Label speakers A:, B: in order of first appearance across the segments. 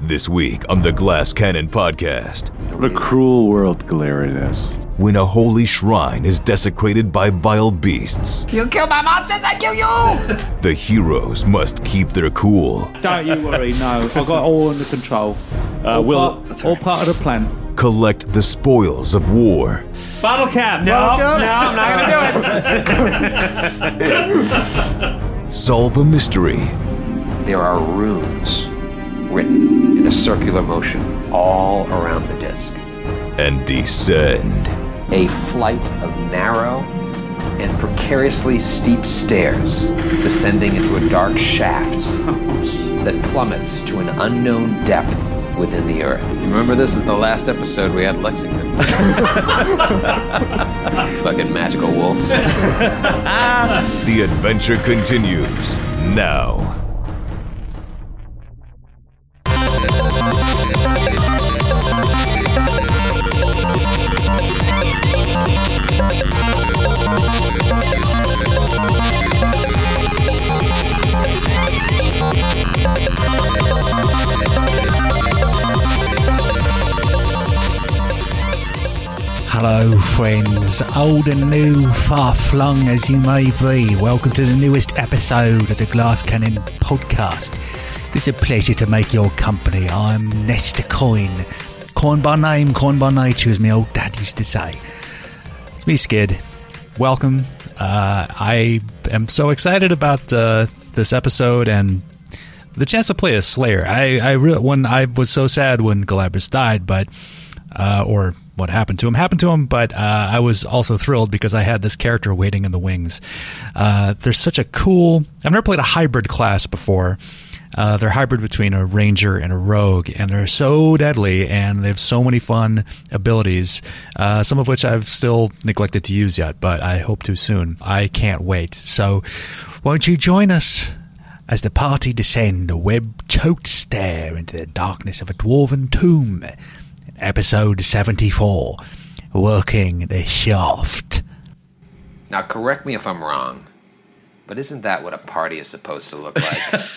A: This week on the Glass Cannon podcast,
B: What a cruel world Galera is.
A: when a holy shrine is desecrated by vile beasts,
C: You kill my monsters, I kill you!
A: the heroes must keep their cool.
D: Don't you worry, no. I've got it all under control. Uh, all,
E: Will-
D: part, all part of the plan.
A: Collect the spoils of war.
E: Bottle cap. No, no, I'm not gonna do it.
A: Solve a mystery.
F: there are runes written in a circular motion all around the disk.
A: And descend.
F: A flight of narrow and precariously steep stairs descending into a dark shaft that plummets to an unknown depth within the earth. Remember, this is the last episode we had Lexington. Fucking magical wolf.
A: The adventure continues now.
G: Hello, friends, old and new, far flung as you may be. Welcome to the newest episode of the Glass Cannon podcast. It's a pleasure to make your company. I'm Nesta Coin. Coin by name, coin by nature, as my old dad used to say. It's me, Skid. Welcome. Uh, I am so excited about uh, this episode and the chance to play as Slayer. I, I re- when I was so sad when Galabras died, but uh, or what happened to him happened to him. But uh, I was also thrilled because I had this character waiting in the wings. Uh, they're such a cool. I've never played a hybrid class before. Uh, they're hybrid between a ranger and a rogue, and they're so deadly, and they have so many fun abilities. Uh, some of which I've still neglected to use yet, but I hope to soon. I can't wait. So, won't you join us as the party descend a web-choked stair into the darkness of a dwarven tomb? Episode seventy-four, working the shaft.
F: Now, correct me if I'm wrong, but isn't that what a party is supposed to look like?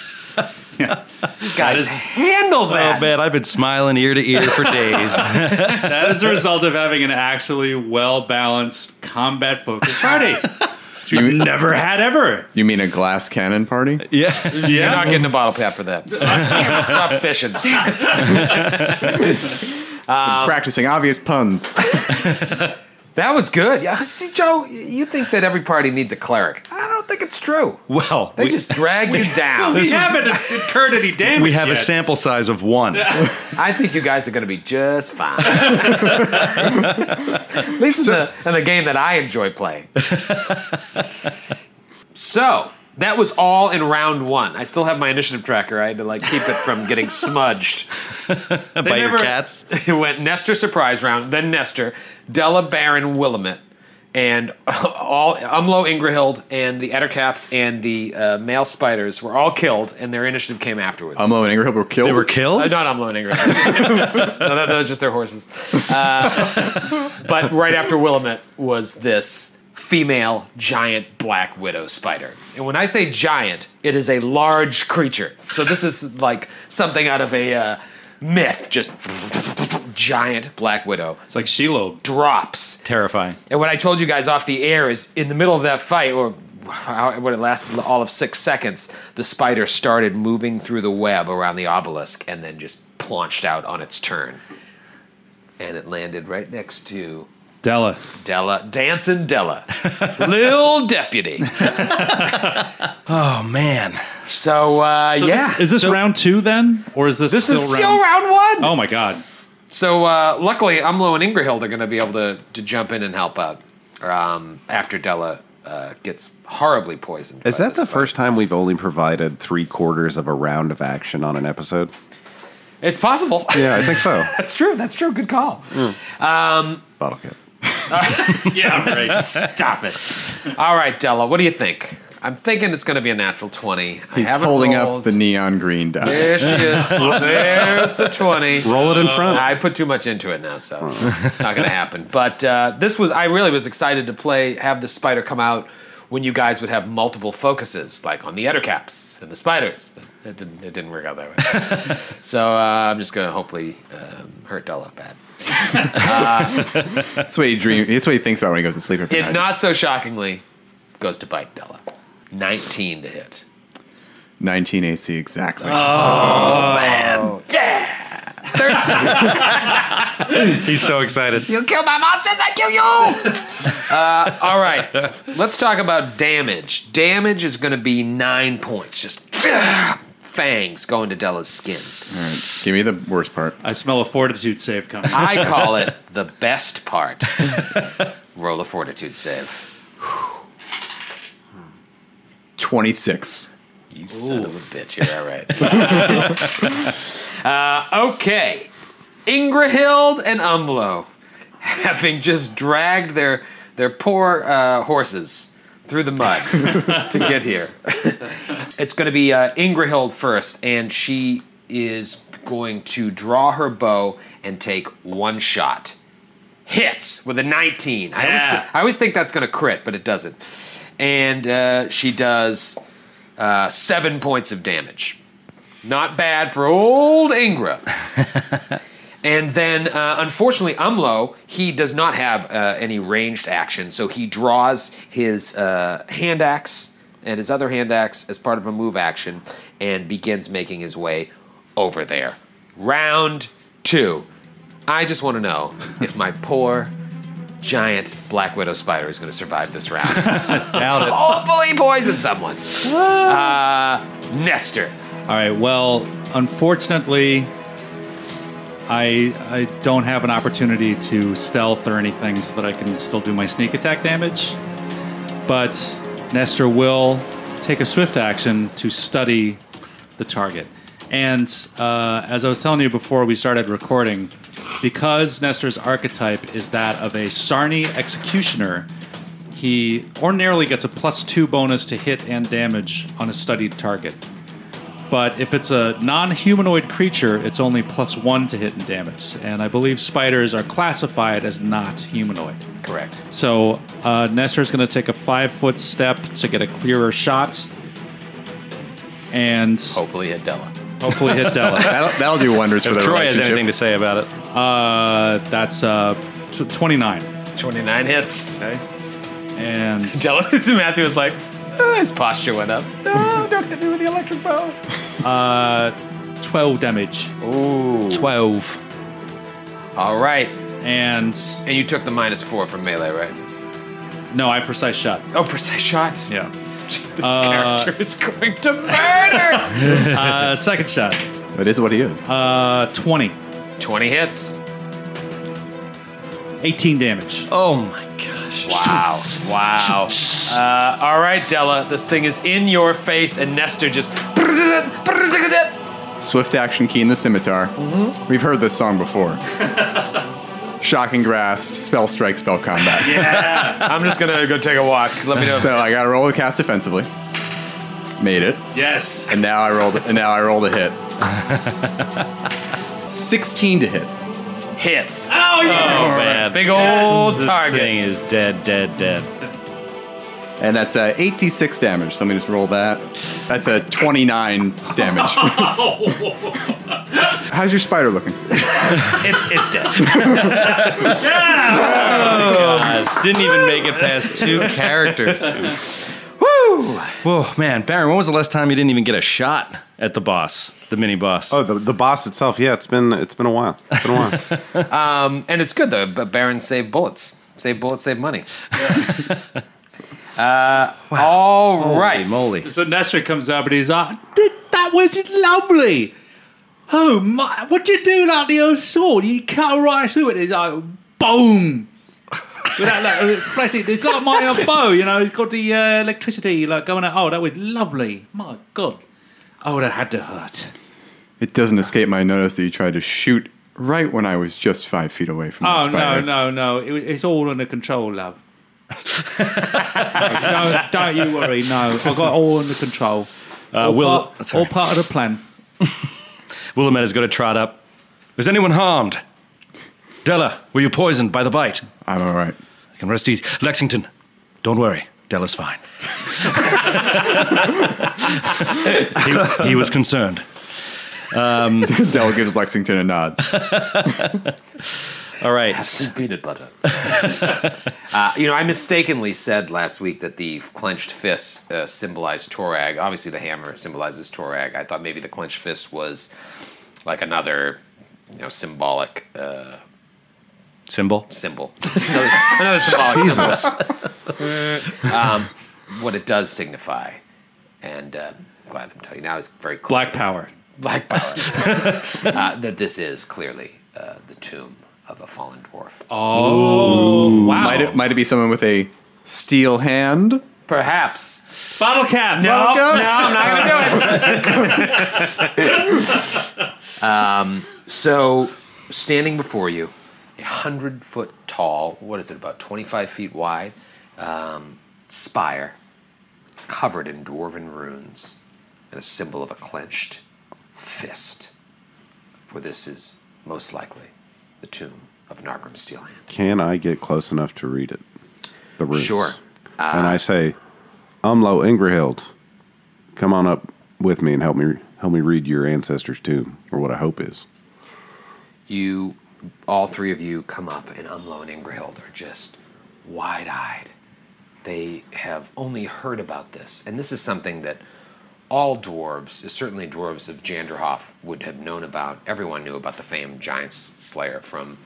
E: That is,
F: Handle that!
H: Oh man, I've been smiling ear to ear for days.
E: that is the result of having an actually well balanced combat focused party. Which we've never had ever.
I: You mean a glass cannon party?
H: yeah,
E: Yeah.
H: not getting a
F: Oh,
H: bottle.
J: cap for that. Stop, stop fishing. Damn it.
I: Practicing obvious puns.
F: That was good. Yeah, see, Joe, you think that every party needs a cleric. I don't think it's true.
H: Well,
F: They
H: we,
F: just drag you down.
E: We haven't incurred any damage.
H: we have a
E: yet.
H: sample size of one.
F: I think you guys are going to be just fine. At least in, the, in the game that I enjoy playing. so, that was all in round one. I still have my initiative tracker. I had to like keep it from getting smudged.
H: by your
F: never-
H: cats.
F: It went Nestor surprise round, then Nestor, Della Baron Willamette, and all Umlo Ingrahild and the Ettercaps and the uh, male spiders were all killed, and their initiative came afterwards.
I: Umlo and Ingerhill were killed.
H: They were killed.
F: Uh, not Umlo and Ingrahild. no, that, that was just their horses. Uh, but right after Willamette was this female giant black widow spider. And when I say giant, it is a large creature. So this is like something out of a uh, myth, just giant black widow
E: It's like Shiloh.
F: drops.
H: Terrifying.
F: And what I told you guys off the air is in the middle of that fight, or how- when it lasted all of six seconds, the spider started moving through the web around the obelisk and then just plunged out on its turn. And it landed right next to
E: Della.
F: Della, Dancing Della, Lil Deputy.
H: Oh man,
F: So, uh,
E: So
F: yeah.
E: this- is this round two then? Or is this,
F: this
E: still
F: is
E: round
F: still round one.
E: Oh my god.
F: So uh, luckily, Umlo and Ingrahild are going to be able to, to jump in and help out um, after Della uh, gets horribly poisoned.
B: Is
F: by
B: that
F: this
B: the
F: fight.
B: first time we've only provided three quarters of a round of action on an episode?
F: It's possible.
B: Yeah, I think so.
F: That's true. That's true. Good call.
B: Bottle cap.
E: Yeah, right.
F: Stop it. All right, Della, what do you think? I'm thinking it's going to be a natural 20. I
I: He's
F: haven't
I: holding
F: rolled.
I: up the neon green die.
F: There she is. There's the 20.
B: Roll it in front.
F: I put too much into it now, so it's not going to happen. But uh, this was, I really was excited to play, have the spider come out when you guys would have multiple focuses, like on the Ettercaps and the spiders. But It didn't. It didn't work out that way. so uh, I'm just gonna hopefully um, hurt Della bad.
I: That's what he dream. That's what he thinks about when he goes to sleep every
F: It
I: night.
F: not so shockingly goes to bite Della. 19 to hit.
I: 19 AC exactly.
H: He's so excited.
C: You kill my monsters, I kill you!
F: All right, let's talk about damage. Damage is going to be nine points. Just fangs going to Della's skin.
I: Give me the worst part.
E: I smell a fortitude save coming.
F: I call it the best part. Roll a fortitude save.
I: 26.
F: You son of a bitch. You're all right. uh, okay. Ingrahild and Umlo, having just dragged their their poor uh, horses through the mud to get here. it's going to be uh, Ingrahild first, and she is going to draw her bow and take one shot. Hits with a 19. I, always,
E: Yeah.
F: thi- I always think that's going to crit, but it doesn't. And uh, she does uh, seven points of damage. Not bad for old Ingra. and then, uh, unfortunately, Umlo he does not have uh, any ranged action, so he draws his uh, hand axe and his other hand axe as part of a move action and begins making his way over there. Round two. I just want to know if my poor giant black widow spider is going to survive this round. Hopefully, poison someone. Uh, Nestor.
E: All right. Well, unfortunately, I I don't have an opportunity to stealth or anything, so that I can still do my sneak attack damage. But Nestor will take a swift action to study the target. And uh, as I was telling you before we started recording, because Nestor's archetype is that of a Sarni executioner, he ordinarily gets a plus two bonus to hit and damage on a studied target but if it's a non-humanoid creature, it's only plus one to hit and damage. And I believe spiders are classified as not humanoid.
F: Correct.
E: So uh, Nestor is going to take a five-foot step to get a clearer shot, and
F: Hopefully, Adela.
E: hopefully hit Della.
I: That'll, that'll do wonders for
H: If
I: the
H: Troy has
I: relationship.
H: anything to say about it,
E: Uh, that's uh, tw- twenty-nine,
F: 29 hits.
E: and
F: Della, Matthew was like, "Ah," his posture went up. No, don't hit me with the electric bow.
E: twelve damage.
H: twelve.
F: All right.
E: And
F: And you took the minus four from melee, right?
E: no, I precise shot.
F: Oh, precise shot.
E: Yeah.
F: This
H: Uh,
F: character is going to murder.
E: Uh, second shot.
I: That is what he is.
E: Uh, twenty.
F: 20 hits.
E: 18 damage.
H: Oh my gosh!
F: Wow. Wow. Uh, all right, Della, this thing is in your face, and Nestor just.
I: Swift action key in the scimitar. We've heard this song before. Shocking grasp, spell strike, spell combat.
F: I'm just gonna go take a walk. Let me know. if-
I: So I got to roll the cast defensively. Made it,
E: Yes.
I: and now I rolled. And now I rolled a hit. Sixteen to hit.
F: hits.
E: Oh yes.
H: Man,
F: Big old
H: this
F: target.
H: thing is dead, dead, dead.
I: And that's uh, 86 damage. So let me just roll that. That's a 29 damage. How's your spider looking?
F: It's it's dead.
H: Guys, didn't even make it past two characters.
F: Woo!
H: Whoa, man, Baron, when was the last time you didn't even get a shot at the boss, the mini boss?
B: Oh, the, the boss itself. Yeah, it's been it's been a while. It's been a while.
F: And it's good though. But Baron save bullets. Save bullets. Save money. uh, All
H: Holy
F: right.
H: moly!
E: So Nestor comes up and he's like, "Dude, "That was lovely. Oh my! What'd you do like the old sword? You cut right through it. It's like boom." Without like, uh, flashing- it's like my old bow, you know. It's got the uh, electricity like going out. Oh, that was lovely. My God. Oh, that had to hurt.
I: It doesn't escape my notice that you tried to shoot right when I was just five feet away from the
E: Oh no,
I: spider.
E: no, no! It, was- it's all under control, love. don't, don't you worry. No, I got all under control.
H: Uh,
E: all,
H: Will,
E: part, all
H: sorry.
E: part of the plan.
H: Willamette is going to trot up. Was anyone harmed? Della, were you poisoned by the bite?
I: I'm all right.
H: I can rest easy. Lexington, don't worry. Della's fine. he, he was concerned.
I: Um, Dell gives Lexington a nod.
H: All right.
F: Have some peanut butter. uh, you know, I mistakenly said last week that the clenched fists uh, symbolized Torag. Obviously, the hammer symbolizes Torag. I thought maybe the clenched fist was like another, you know, symbolic uh,
H: Symbol.
F: symbol. another, another symbolic symbol. um, what it does signify. And uh, I'm glad I'm telling you now is very clear.
E: Black power.
F: Black power. uh, that this is clearly uh, the tomb of a fallen dwarf.
E: Oh, wow.
I: Might it might it be someone with a steel hand?
F: Perhaps.
E: Bottle cap. No,
B: Oh,
I: Bottle cap?
E: no, I'm not going to do it.
F: So, standing before you, a hundred foot tall, what is it, about 25 feet wide, um, spire covered in dwarven runes and a symbol of a clenched fist. For this is most likely the tomb of Nargrim Steelhand.
B: Can I get close enough to read it? The runes.
F: Sure.
B: and I say, Umlo Ingrahild, come on up with me and help me help me read your ancestor's tomb, or what I hope is.
F: you all three of you come up and Umlo and Ingrahild are just wide eyed. They have only heard about this, and this is something that all dwarves, certainly dwarves of Janderhof, would have known about. Everyone knew about the famed giant slayer from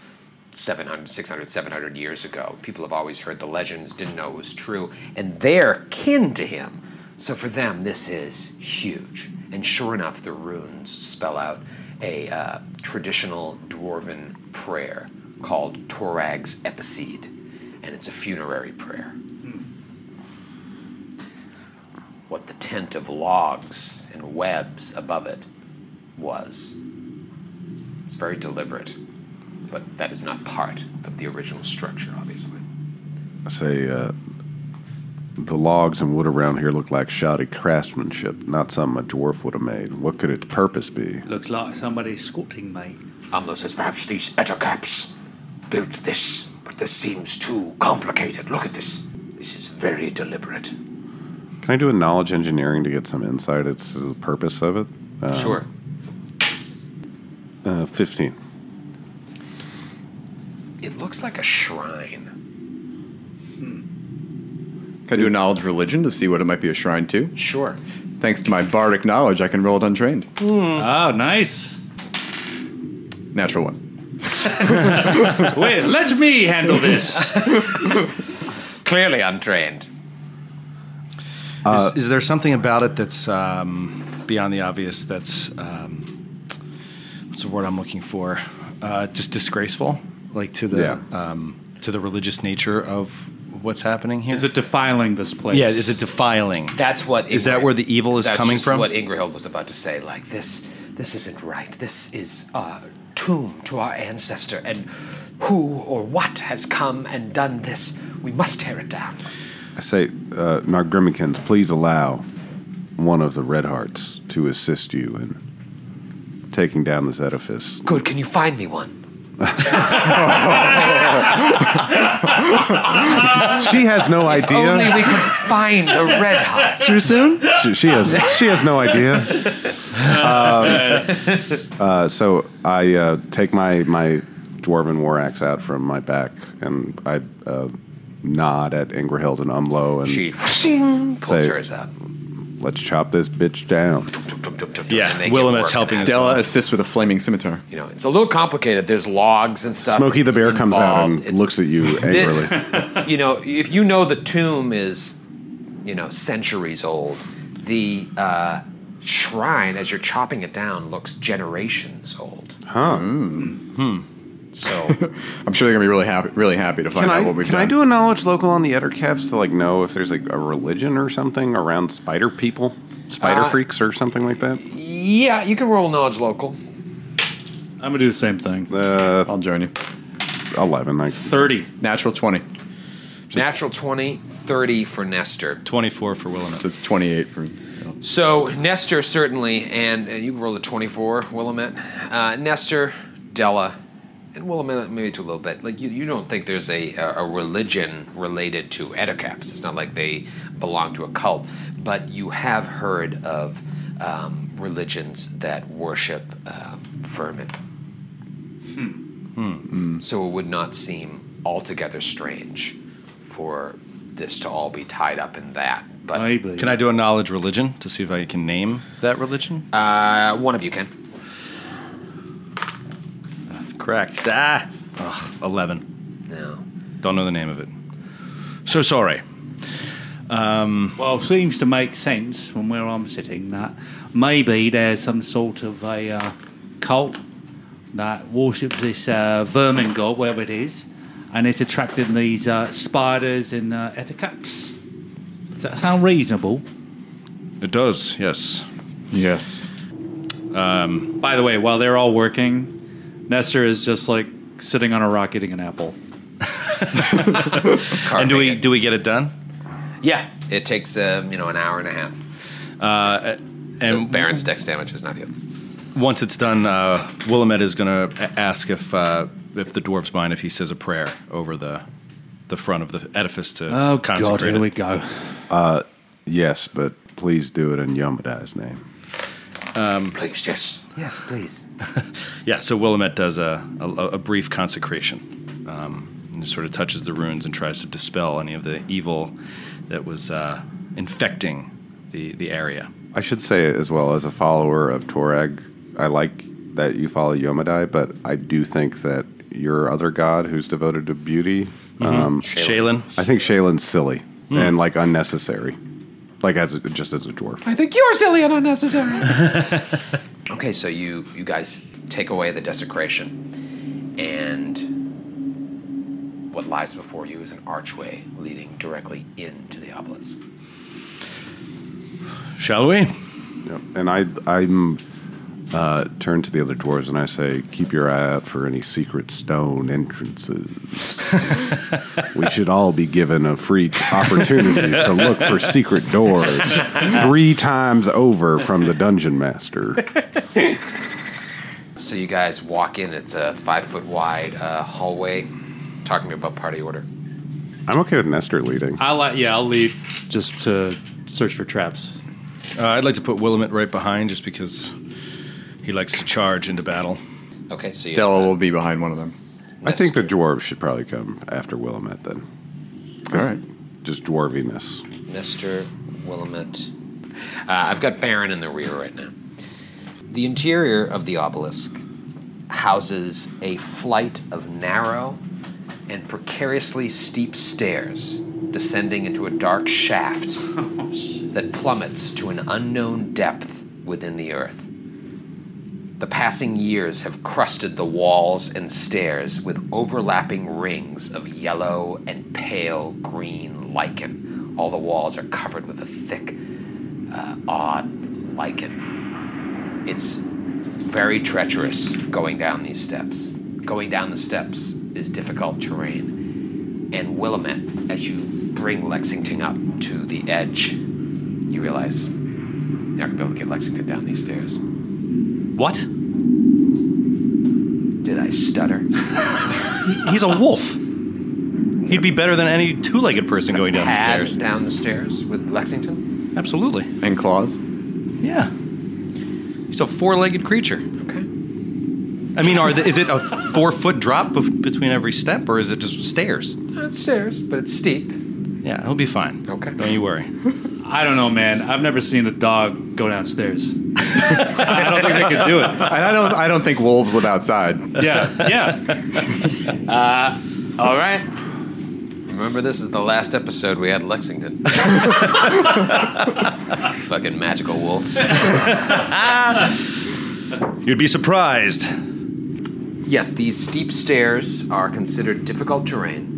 F: 700, 600, 700 years ago. People have always heard the legends, didn't know it was true, and they're kin to him. So for them, this is huge. And sure enough, the runes spell out a uh, traditional dwarven prayer called Torag's Epicede, and it's a funerary prayer. What the tent of logs and webs above it was. It's very deliberate but that is not part of the original structure, obviously.
B: I say, uh, the logs and wood around here look like shoddy craftsmanship, not something a dwarf would have made. What could its purpose be?
G: Looks like somebody's squatting, mate.
J: Amlo says perhaps these Ettercaps built this, but this seems too complicated. Look at this. This is very deliberate.
B: Can I do a knowledge engineering to get some insight as to the purpose of it? Uh,
F: sure.
B: Uh, 15.
F: It looks like a shrine.
I: Can I do a knowledge religion to see what it might be a shrine to?
F: Sure.
I: Thanks to my bardic knowledge, I can roll it untrained.
D: Ah,
E: Oh, nice.
I: Natural one.
E: Wait, let me handle this.
F: Clearly untrained.
H: is, is there something about it that's um, beyond the obvious? That's um, what's the word I'm looking for? Uh, just disgraceful, like to the um, to the religious nature of what's happening here.
E: Is it defiling this place?
H: yeah, is it defiling?
F: That's what.
H: Is that where the evil is
F: That's
H: coming
F: just
H: from?
F: What Ingrahild was about to say, like this, this isn't right. This is a tomb to our ancestor, and who or what has come and done this? We must tear it down.
B: I say, uh, Nargrimicans, please allow one of the Red Hearts to assist you in taking down this edifice.
F: Good. Can you find me one?
B: She has no
F: Only
B: idea.
F: we can find the red hot.
I: Too soon?
B: She, she has she has no idea. Um, uh, so I uh, take my my dwarven war axe out from my back and I uh, nod at Ingrahild and Umlo and
F: She pulls
B: Say-
F: hers out.
B: let's chop this bitch down.
H: Yeah,
F: Yeah,
H: Willamette's helping us.
I: Della assists with a flaming scimitar.
F: You know, it's a little complicated. There's logs and stuff.
B: Smokey the bear comes out and
F: involved. It's-
B: looks at you angrily.
F: You know, if you know the tomb is, you know, centuries old, the uh, shrine as you're chopping it down looks generations old. Huh. So
I: I'm sure they're gonna be really happy, really happy to find
B: Can I,
I: out what we've
B: can
I: done.
B: I do a knowledge local on the Ettercaps to like know if there's like a religion or something around spider people, spider
F: Uh,
B: freaks or something like that?
F: yeah, you can roll knowledge local.
E: I'm going to do the same thing.
I: I'll join you.
B: Eleven, like
E: 30.
I: Natural twenty,
F: Natural 20, 30 for Nestor.
H: Twenty-four for Willamette.
I: so it's twenty-eight for.
F: So Nestor certainly, and, and you rolled a twenty-four, Willamette. Uh, Nestor, Della, and well, maybe maybe to a little bit. Like you, you don't think there's a a a religion related to Edocaps. It's not like they belong to a cult, but you have heard of um, religions that worship um, vermin. So it would not seem altogether strange for this to all be tied up in that. But
H: Can I do a knowledge religion to see if I can name that religion?
F: Uh, one of you can.
H: Correct. Ah, Ugh, eleven.
F: No.
H: Don't know the name of it. So sorry.
D: Um, well, it seems to make sense from where I'm sitting that maybe there's some sort of a uh, cult that worships this uh, vermin god, wherever it is, and it's attracting these uh, spiders and uh, eticaps. Does that sound reasonable?
H: It does. Yes. Yes.
E: Um, By the way, while they're all working, Nestor is just like sitting on a rock eating an apple.
H: and do we do we get it done?
F: Yeah, it takes um, you know an hour and a half.
H: Uh,
F: so Baron's dex damage is not healed.
H: Once it's done, uh, Willamette is going to ask if uh, if the dwarf's mind if he says a prayer over the the front of the edifice to
E: Oh, God,
H: consecrate
E: here
H: it.
E: we go.
B: Uh, yes, but please do it in Yomadai's name.
H: Um,
J: please, yes. Yes, please.
H: yeah, so Willamette does a, a, a brief consecration. Um, and sort of touches the runes and tries to dispel any of the evil that was uh, infecting the, the area.
B: I should say as well, as a follower of Torag, I like that you follow Yomadai, but I do think that your other god who's devoted to beauty,
H: Shaylin.
B: I think Shaylin's silly
F: Hmm.
B: and like unnecessary, like as a, just as a dwarf.
F: I think you're silly and unnecessary. okay, so you you guys take away the desecration, and what lies before you is an archway leading directly into the obelisk.
H: Shall we?
B: Yep. And I I'm uh, turn to the other dwarves and I say, keep your eye out for any secret stone entrances. we should all be given a free opportunity to look for secret doors three times over from the dungeon master.
F: So you guys walk in. It's a five foot wide uh, hallway. Talk to me about party order.
B: I'm okay with Nestor leading.
E: I'll let, yeah, I'll lead just to search for traps.
H: Uh, I'd like to put Willamette right behind just because he likes to charge into battle.
F: Okay, so
I: Della will be behind one of them.
B: I think the dwarves should probably come after Willamette then. All right. Just dwarviness.
F: Mr. Willamette. Uh, I've got Baron in the rear right now. The interior of the obelisk houses a flight of narrow and precariously steep stairs descending into a dark shaft that plummets to an unknown depth within the earth. The passing years have crusted the walls and stairs with overlapping rings of yellow and pale green lichen. All the walls are covered with a thick, uh, odd lichen. It's very treacherous going down these steps. Going down the steps is difficult terrain. And Willamette, as you bring Lexington up to the edge, you realize you're not going to be able to get Lexington down these stairs.
H: What?
F: Did I stutter?
H: He's a wolf. He'd be better than any two legged person going down the
F: Pad
H: stairs.
F: Down the stairs with Lexington?
H: Absolutely.
I: And claws.
H: Yeah. He's a four legged creature.
F: Okay.
H: I mean, are the, is it a four foot drop bef- between every step or is it just stairs?
F: It's stairs, but it's steep.
H: Yeah, he'll be fine.
F: Okay.
H: Don't you worry.
E: I don't know, man. I've never seen a dog go downstairs. I don't think they could do it.
I: And I don't. I don't think wolves live outside.
E: Yeah, yeah.
F: Uh, all right. Remember, this is the last episode we had Lexington. Fucking magical wolf.
H: You'd be surprised.
F: Yes, these steep stairs are considered difficult terrain.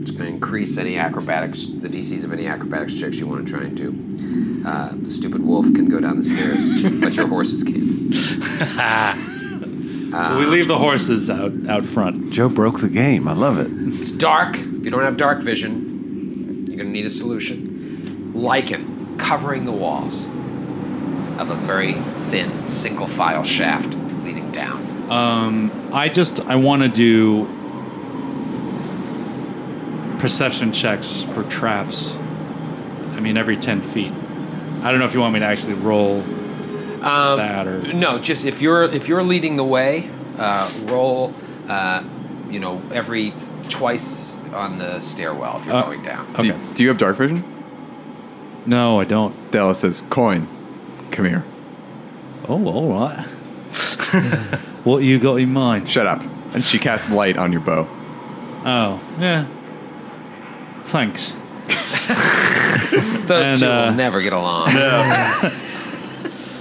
F: It's going to increase any acrobatics, the DCs of any acrobatics checks you want to try and do. Uh, the stupid wolf can go down the stairs, but your horses can't.
E: we leave the horses out out front.
B: Joe broke the game. I love it.
F: It's dark. If you don't have dark vision, you're going to need a solution. Lichen covering the walls of a very thin single file shaft leading down.
E: Um, I just I want to do perception checks for traps. I mean, every ten feet. I don't know if you want me to actually roll
F: Um,
E: that or
F: No, just if you're if you're leading the way, uh, roll. Uh, you know, every twice on the stairwell if you're
E: Uh,
F: going down.
I: Do, you, do you have dark vision?
E: no, I don't.
I: Della says, "Coin, come here."
E: Oh, all right. what you got in mind?
I: Shut up. And she casts light on your bow.
E: Oh, yeah. Thanks.
F: Those
E: and,
F: two
E: uh,
F: will never get along.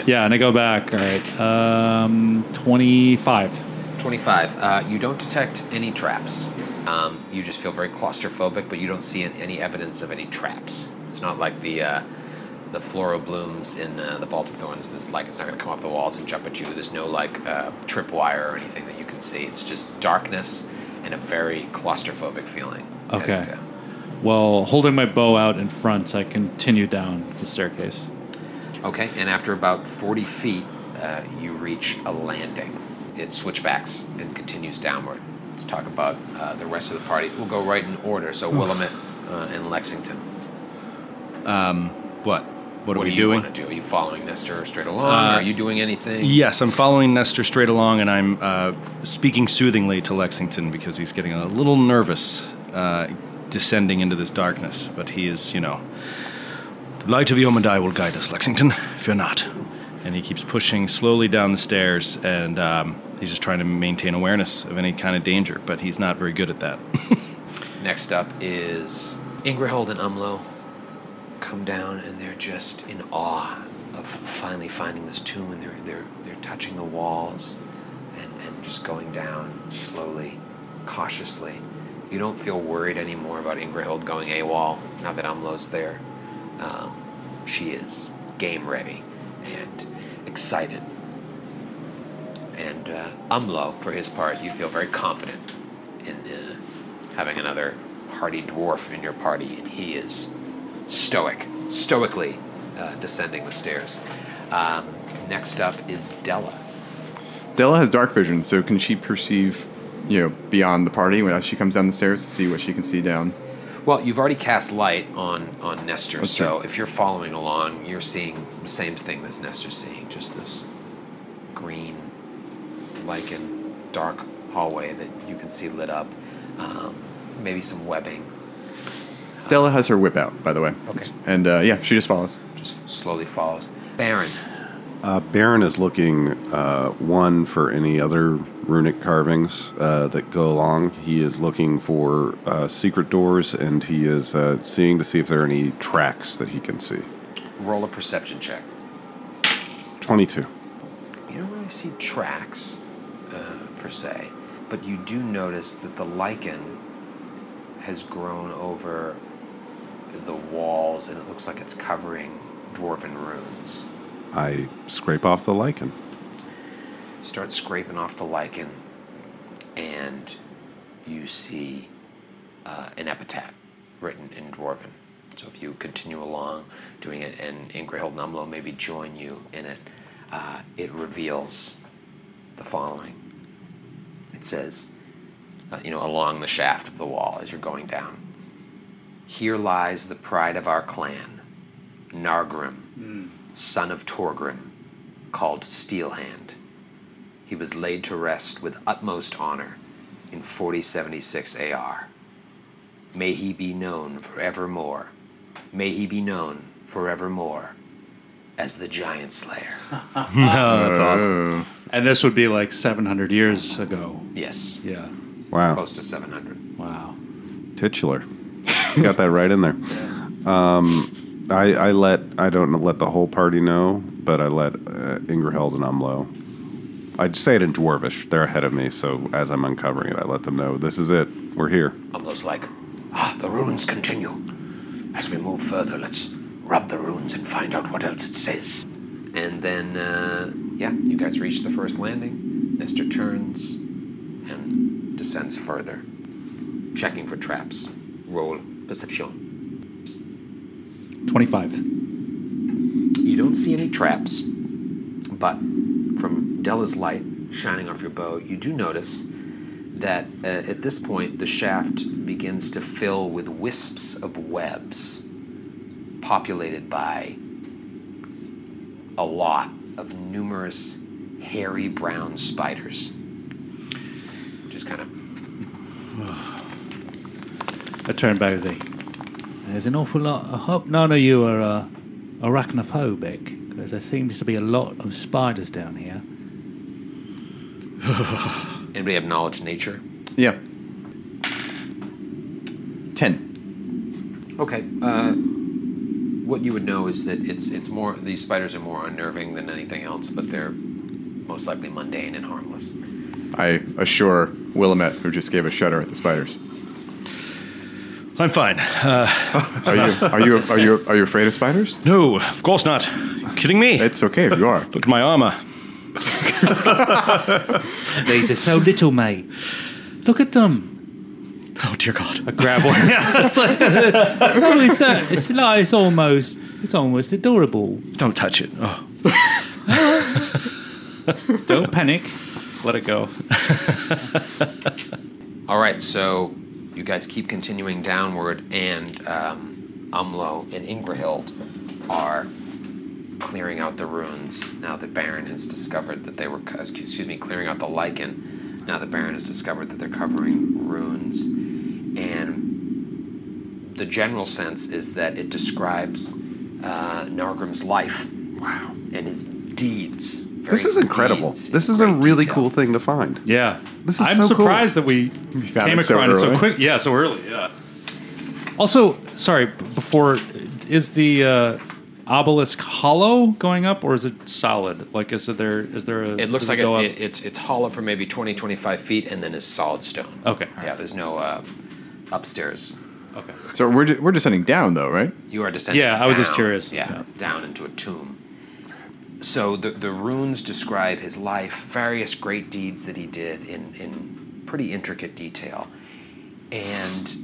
E: Yeah, and I go back. All right, um, twenty-five.
F: 25. Uh, you don't detect any traps. Um, you just feel very claustrophobic, but you don't see an- any evidence of any traps. It's not like the uh, the floral blooms in uh, the Vault of Thorns. This like it's not going to come off the walls and jump at you. There's no like uh, tripwire or anything that you can see. It's just darkness and a very claustrophobic feeling.
E: Okay.
F: And, uh,
E: Well, holding my bow out in front, I continue down the staircase.
F: Okay, and after about 40 feet, uh, you reach a landing. It switchbacks and continues downward. Let's talk about uh, the rest of the party. We'll go right in order. So, Willamette uh, and Lexington.
H: What? What are
F: what
H: we
F: do you
H: doing? Uh,
F: want to do? Are you following Nestor straight along? are you doing anything?
H: Yes, I'm following Nestor straight along, and I'm uh, speaking soothingly to Lexington because he's getting a little nervous uh, descending into this darkness. But he is, you know, the light of Yomandai will guide us, Lexington. Fear not. And he keeps pushing slowly down the stairs, and um, he's just trying to maintain awareness of any kind of danger. But he's not very good at that.
F: Next up is Ingerhold and Umlo come down and they're just in awe of finally finding this tomb and they're, they're, they're touching the walls and, and just going down slowly, cautiously. You don't feel worried anymore about Ingerhold going AWOL now that Umlo's there. Um, she is game ready and excited. And uh, Umlo, for his part, you feel very confident in uh, having another hardy dwarf in your party, and he is stoic, stoically uh, descending the stairs. Um, next up is Della.
I: Della has dark vision, so can she perceive, you know, beyond the party when she comes down the stairs to see what she can see down?
F: Well, you've already cast light on on Nestor,
I: That's
F: so
I: true.
F: if you're following along, you're seeing the same thing that Nestor's seeing, just this green lichen, dark hallway that you can see lit up. Um, maybe some webbing
I: Della has her whip out, by the way.
F: Okay.
I: And uh, yeah, she just follows.
F: just slowly follows. Baron,
B: Uh, Baron is looking uh, one for any other runic carvings uh, that go along. He is looking for uh, secret doors, and he is uh, seeing to see if there are any tracks that he can see.
F: roll a perception check.
B: Twenty-two.
F: You don't really see tracks uh, per se, but you do notice that the lichen has grown over the walls and it looks like it's covering dwarven runes.
B: I scrape off the lichen.
F: Start scraping off the lichen, and you see uh, an epitaph written in dwarven. So if you continue along doing it, and Ingrahild Numlo maybe join you in it, uh, it reveals the following. It says, uh, you know, along the shaft of the wall as you're going down. Here lies the pride of our clan, Nargrim, son of Torgrim, called Steelhand. He was laid to rest with utmost honor in 4076 AR. May he be known forevermore. May he be known forevermore as the Giant Slayer.
I: that's awesome.
E: Oh, And this would be like 700 years ago.
F: Yes,
E: Yeah.
B: Wow.
F: close to 700.
E: Wow.
B: titular. You got that right in there. Um, I, I let I don't let the whole party know, but I let uh, Ingerheld and Umlo. I'd say it in Dwarvish. They're ahead of me, so as I'm uncovering it, I let them know this is it. We're here.
J: Umlo's like, ah, the runes continue. As we move further, let's rub the runes and find out what else it says.
F: And then, uh, yeah, you guys reach the first landing. Nestor turns and descends further, checking for traps. Roll perception.
E: 25.
F: You don't see any traps, but from Della's light, shining off your bow, you do notice that uh, at this point the shaft begins to fill with wisps of webs populated by a lot of numerous hairy brown spiders. Just kind of.
D: I turned back and say, There's an awful lot. I hope none of you are uh, arachnophobic, because there seems to be a lot of spiders down here.
F: Anybody have knowledge of nature?
I: Yeah. Ten.
F: Okay. Uh, what you would know is that it's it's more these spiders are more unnerving than anything else, but they're most likely mundane and harmless.
I: I assure Willamette, who just gave a shudder at the spiders.
H: I'm fine. Uh,
I: Are you are you are you are you afraid of spiders?
H: no, of course not. You kidding me?
I: It's okay if you are.
H: Look at my armor.
D: These are so little, mate. Look at them.
H: Oh dear God.
D: Grab one. it's, like, well, it's, uh, it's like it's almost it's almost adorable.
H: Don't touch it. Oh.
E: Don't panic. Let it go.
F: All right, so you guys keep continuing downward, and um, Umlo and Ingrahild are clearing out the ruins now that Baron has discovered that they were, uh, excuse me, clearing out the lichen now that Baron has discovered that they're covering ruins. And the general sense is that it describes uh, Nargrim's life. Wow. And his deeds.
B: This
F: various
B: is incredible.
F: deeds in
B: this is a
F: great
B: really
F: detail.
B: cool thing to find.
E: Yeah.
B: This is
E: I'm
B: so cool.
E: surprised that we
I: found
E: came
I: it so
E: across it so
I: early.
E: quick. Yeah, so early. Yeah. Also, sorry. b- Before, is the uh, obelisk hollow going up, or is it solid? Like, is it there? Is there a?
F: It looks
E: does
F: like
E: go
F: it,
E: up?
F: it, it's it's hollow for maybe 20, 25 feet, and then it's solid stone.
E: Okay.
F: Yeah, there's no uh, upstairs.
E: Okay.
I: So we're ju- we're descending down though, right?
F: You are descending.
E: Yeah, I was just
F: down-
E: curious.
F: Yeah,
E: Yeah.
F: down into a tomb. So the the runes describe his life, various great deeds that he did in in pretty intricate detail, and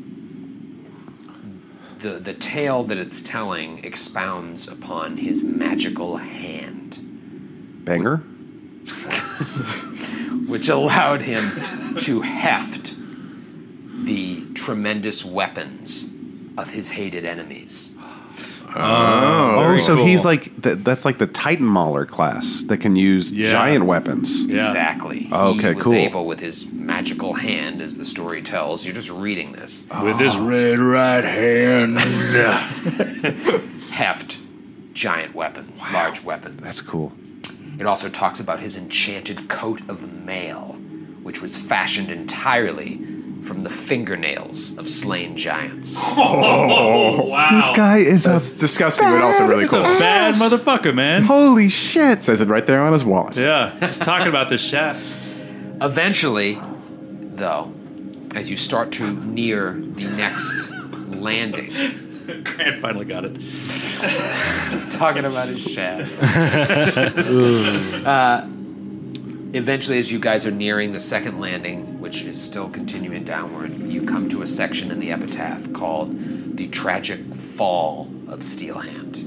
F: the the tale that it's telling expounds upon his magical hand.
B: Banger.
F: which allowed him to heft the tremendous weapons of his hated enemies.
B: Oh, so he's like th- that's like the Titan Mauler class that can use
E: Yeah.
B: giant weapons.
E: Yeah.
F: Exactly. He
B: Okay,
F: was
B: cool.
F: able with his magical hand, as the story tells. You're just reading this.
D: With this red right hand.
F: Heft giant weapons, large weapons.
B: That's cool.
F: It also talks about his enchanted coat of mail, which was fashioned entirely from the fingernails of slain giants.
I: Oh,
E: Oh,
B: This guy is
I: That's
B: a
I: disgusting, but also really cool.
E: Bad motherfucker, man.
B: holy shit.
I: Says it right there on his wallet.
E: Yeah. Just talking about this shaft.
F: Eventually, though, as you start to near the next landing,
E: Grant finally got it.
F: he's talking about his shaft. Uh, eventually, as you guys are nearing the second landing, which is still continuing downward, you come to a section in the epitaph called The Tragic Fall of Steelhand,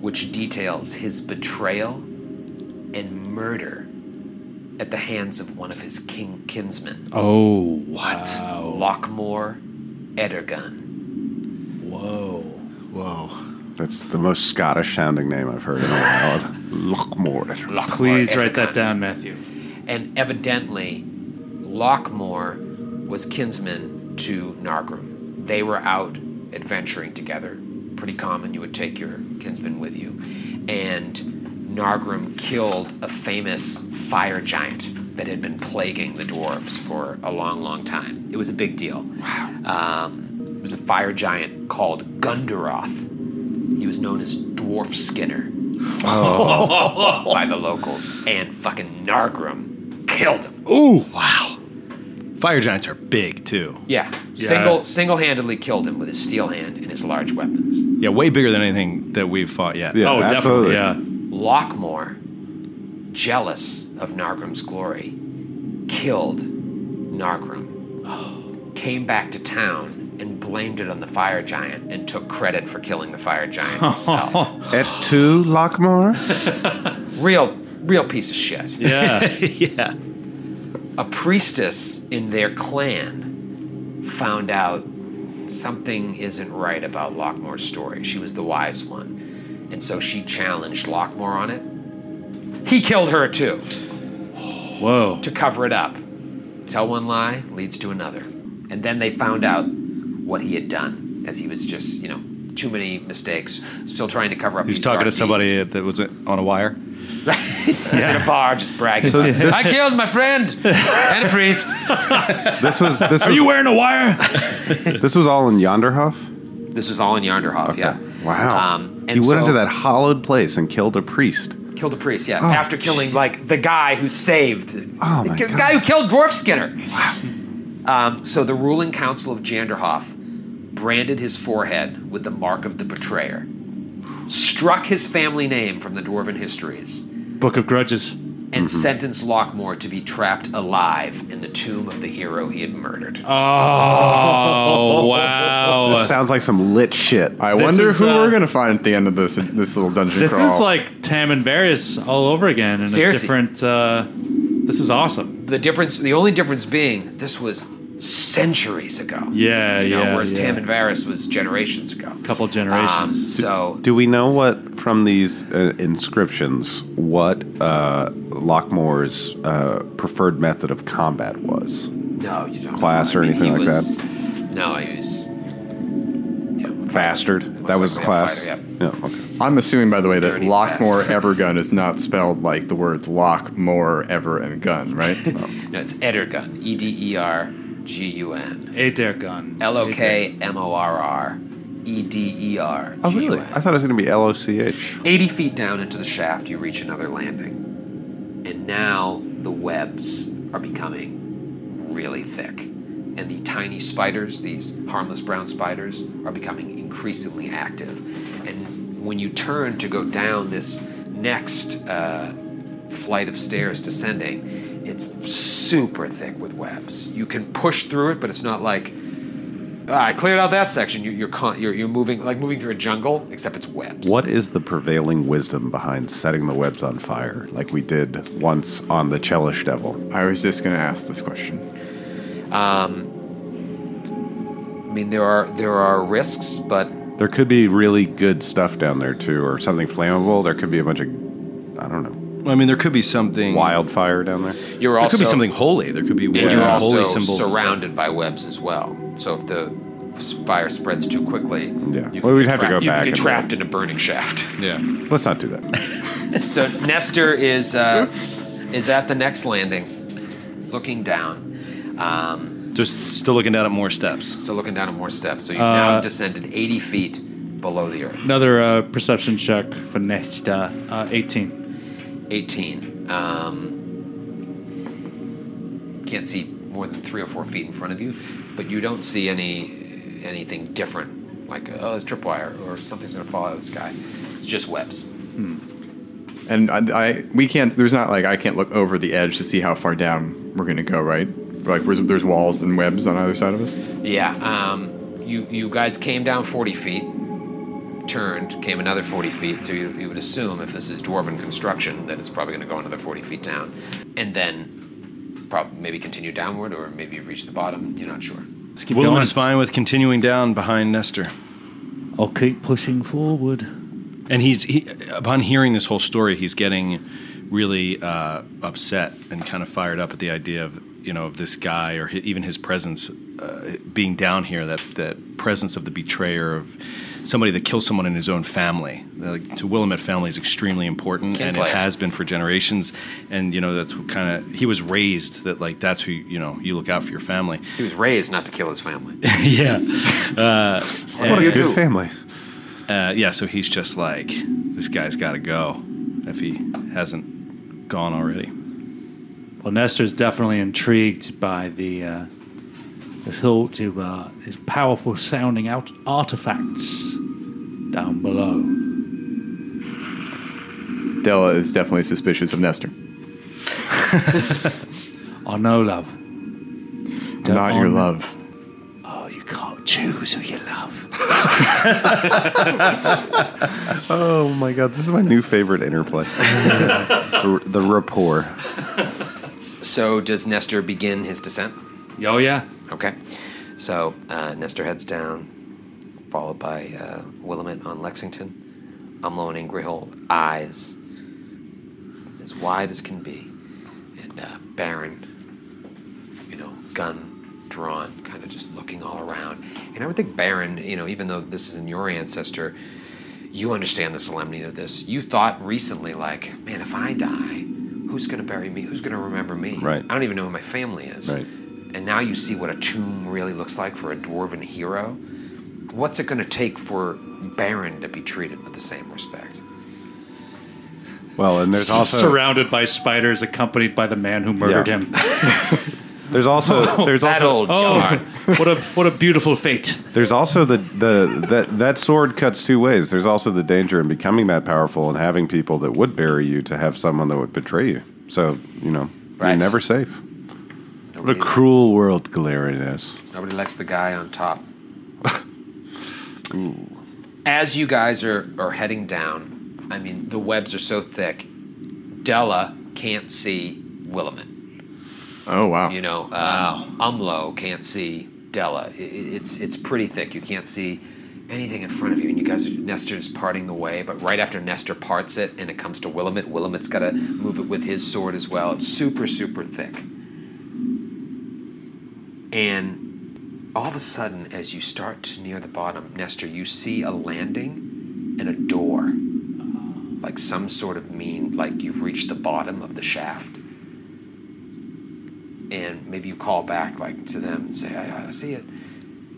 F: which details his betrayal and murder at the hands of one of his king kinsmen.
E: Oh, what?
F: Lockmore Edergun.
B: That's the most Scottish sounding name I've heard in a while. Lochmore.
F: Lockmore
E: Please write
F: Edergun.
E: that down, Matthew.
F: And evidently, Lockmore was kinsman to Nargrim. They were out adventuring together. Pretty common, you would take your kinsman with you. And Nargrim killed a famous fire giant that had been plaguing the dwarves for a long, long time. It was a big deal. Wow. Um, it was a fire giant called Gundaroth. He was known as Dwarf Skinner by the locals, and fucking Nargrim killed him.
H: Ooh, wow. Fire giants are big too.
F: Yeah, single single-handedly killed him with his steel hand and his large weapons.
H: Yeah, way bigger than anything that we've fought yet.
B: Yeah,
E: oh,
B: absolutely.
E: definitely.
F: Lockmore, jealous of Nargrim's glory, killed Nargrim. Came back to town and blamed it on the fire giant and took credit for killing the fire giant himself.
B: Et tu, Lochmore?
F: Real real piece of shit.
E: Yeah.
F: yeah. A priestess in their clan found out something isn't right about Lockmore's story. She was the wise one. And so she challenged Lockmore on it. He killed her too.
E: Whoa.
F: To cover it up. Tell one lie leads to another. And then they found out what he had done as he was just, you know, too many mistakes, still trying to cover up
H: He was
F: his
H: talking
F: dark
H: to somebody
F: deeds.
H: that was on a wire.
F: in a bar just bragging. about it. I killed my friend and a priest.
B: This was this.
E: Are
B: was,
E: you wearing a wire?
B: This was all in Yonderhof.
F: This was all in Yarnderhof, yeah.
B: Wow.
F: Um, and
B: he went
F: so-
B: into that hollowed place and killed a priest.
F: Killed a priest, yeah. After killing like the guy who saved
B: Oh
F: the
B: my
F: ki-
B: God.
F: guy who killed Dwarf Skinner. Wow. Um, so the ruling council of Janderhof branded his forehead with the mark of the betrayer, struck his family name from the Dwarven histories,
E: Book of Grudges.
B: Mm-hmm.
F: and sentenced Lockmore to be trapped alive in the tomb of the hero he had murdered.
E: Oh wow.
F: uh,
B: This sounds like some lit shit.
I: I
E: This
I: wonder
E: is,
I: who
E: uh,
I: we're gonna find at the end of this this little dungeon
E: This
I: crawl.
E: is like Tam and Varys all over again in a
F: Seriously.
E: different. Uh, this is awesome.
F: the difference, the only difference being, this was centuries ago.
E: Yeah,
F: You know,
E: yeah.
F: whereas
E: yeah.
F: Tam and Varys was generations ago.
E: couple
F: Um,
E: generations.
F: so
B: Do we know what from these uh, inscriptions what uh, Lockmore's uh, preferred method of combat was?
F: No, you don't.
B: Class or anything like
F: that. No, he was. You know,
B: Bastard. that was his
F: likely a
B: class.
F: fighter,
B: yeah. Okay.
I: I'm assuming, by the way, that
F: Dirty
I: Lockmore
F: bastard.
I: Evergun is not spelled like the words Lockmore Ever and Gun, right?
F: No, it's Edergun. E D E R G U N.
E: Adair gun.
F: L O K M O R R E D E R
B: Oh,
F: G U
B: really?
F: N.
B: I thought it was going to be L O C H.
F: 80 feet down into the shaft, you reach another landing. And now the webs are becoming really thick. And the tiny spiders, these harmless brown spiders, are becoming increasingly active. And when you turn to go down this next uh, flight of stairs descending, it's super thick with webs. You can push through it, but it's not like. "Ah, I cleared out that section. You- You're, con- you're you're moving like moving through a jungle, except it's webs.
B: What is the prevailing wisdom behind setting the webs on fire, like we did once on the Chellish Devil?
I: I was just gonna ask this question.
F: Um, I mean, there are there are risks, but
B: There could be really good stuff down there too, or something flammable. There could be a bunch of, I don't know,
H: I mean, there could be something.
B: wildfire down there.
F: you're
H: There
F: also
H: could be something holy. There could be
F: and you're
H: weird
F: also
H: holy symbols. and stuff.
F: surrounded by webs as well. So if the fire spreads too quickly,
B: Yeah.
F: you
B: Well,
F: could
B: we'd
F: get
B: have to
F: trapped-
B: go
F: you could
B: back
F: get
B: and-
F: trapped in a burning shaft.
H: Yeah.
B: Let's not do that.
F: so Nestor is uh, is at the next landing, looking down. Um,
H: Just still looking down at more steps.
F: so looking down at more steps. So you've now descended 80 feet below the earth.
E: Another uh, perception check for Nesta. Uh, 18.
F: 18. Um, can't see more than three or four feet in front of you, but you don't see any anything different, like oh, it's tripwire or something's gonna fall out of the sky. It's just webs.
I: And I, I we can't. There's not like I can't look over the edge to see how far down we're gonna go, right? Like there's, there's walls and webs on either side of us.
F: Yeah. Um, you you guys came down 40 feet, turned, came another 40 feet. So you, you would assume if this is dwarven construction that it's probably gonna go another 40 feet down, and then probably maybe continue downward or maybe you've reached the bottom. You're not sure.
E: Let's keep
H: Willem
E: going.
H: is fine with continuing down behind Nestor.
E: I'll keep pushing forward.
H: And he's he, upon hearing this whole story, he's getting really uh, upset and kind of fired up at the idea of you know of this guy or hi even his presence uh, being down here. That that presence of the betrayer of somebody that kills someone in his own family. Like, to Willamette family is extremely important, and
F: Kinslayer.
H: it has been for generations. And you know that's what kind of he was raised that like that's who you know you look out for your family.
F: He was raised not to kill his family.
H: yeah.
B: What a good family.
H: Uh, yeah, so he's just like, this guy's got to go if he hasn't gone already.
E: Well, Nestor's definitely intrigued by the, uh, the hilt of uh, his powerful sounding out artifacts down below.
I: Della is definitely suspicious of Nestor.
E: I know, Oh, love. Don't
I: not your
E: honor-
I: love.
E: Oh, you can't
D: Choose who you love.
B: oh my god, this is my new favorite interplay. the, the rapport.
F: So does Nestor begin his descent?
D: Oh yeah.
F: Okay. So uh, Nestor heads down, followed by uh, Willamette on Lexington. Umlo and Ingrihold, eyes as wide as can be, and uh, Baron, you know, gun drawn, kind of just looking all around. And I would think Baron, you know, even though this isn't your ancestor, you understand the solemnity of this. You thought recently, like, man, if I die, who's going to bury me? Who's going to remember me?
B: Right.
F: I don't even know who my family is.
B: Right.
F: And now you see what a tomb really looks like for a dwarven hero. What's it going to take for Baron to be treated with the same respect?
B: Well, and there's also
E: surrounded by spiders, accompanied by the man who murdered
B: Yeah.
E: him.
B: there's also there's
F: That
B: also
F: old
E: Oh,
F: yarn.
E: what a what a beautiful fate!
B: there's also the the that that sword cuts two ways. There's also the danger in becoming that powerful and having people that would bury you to have someone that would betray you. So you know
F: Right.
B: you're never safe. What a
F: Nobody-
B: cruel world Galarian is.
F: Nobody likes the guy on top. As you guys are, are heading down, I mean, the webs are so thick, Della can't see Willamette.
I: Oh wow.
F: You know, uh, Umlo can't see Della. I- i it's it's pretty thick. You can't see anything in front of you, and you guys are Nestor's parting the way. But right after Nestor parts it, and it comes to Willamette, Willamette's got to move it with his sword as well. It's super super thick. And all of a sudden, as you start to near the bottom, Nestor, you see a landing and a door. Like some sort of mean, like you've reached the bottom of the shaft and maybe you call back like to them and say I, I see it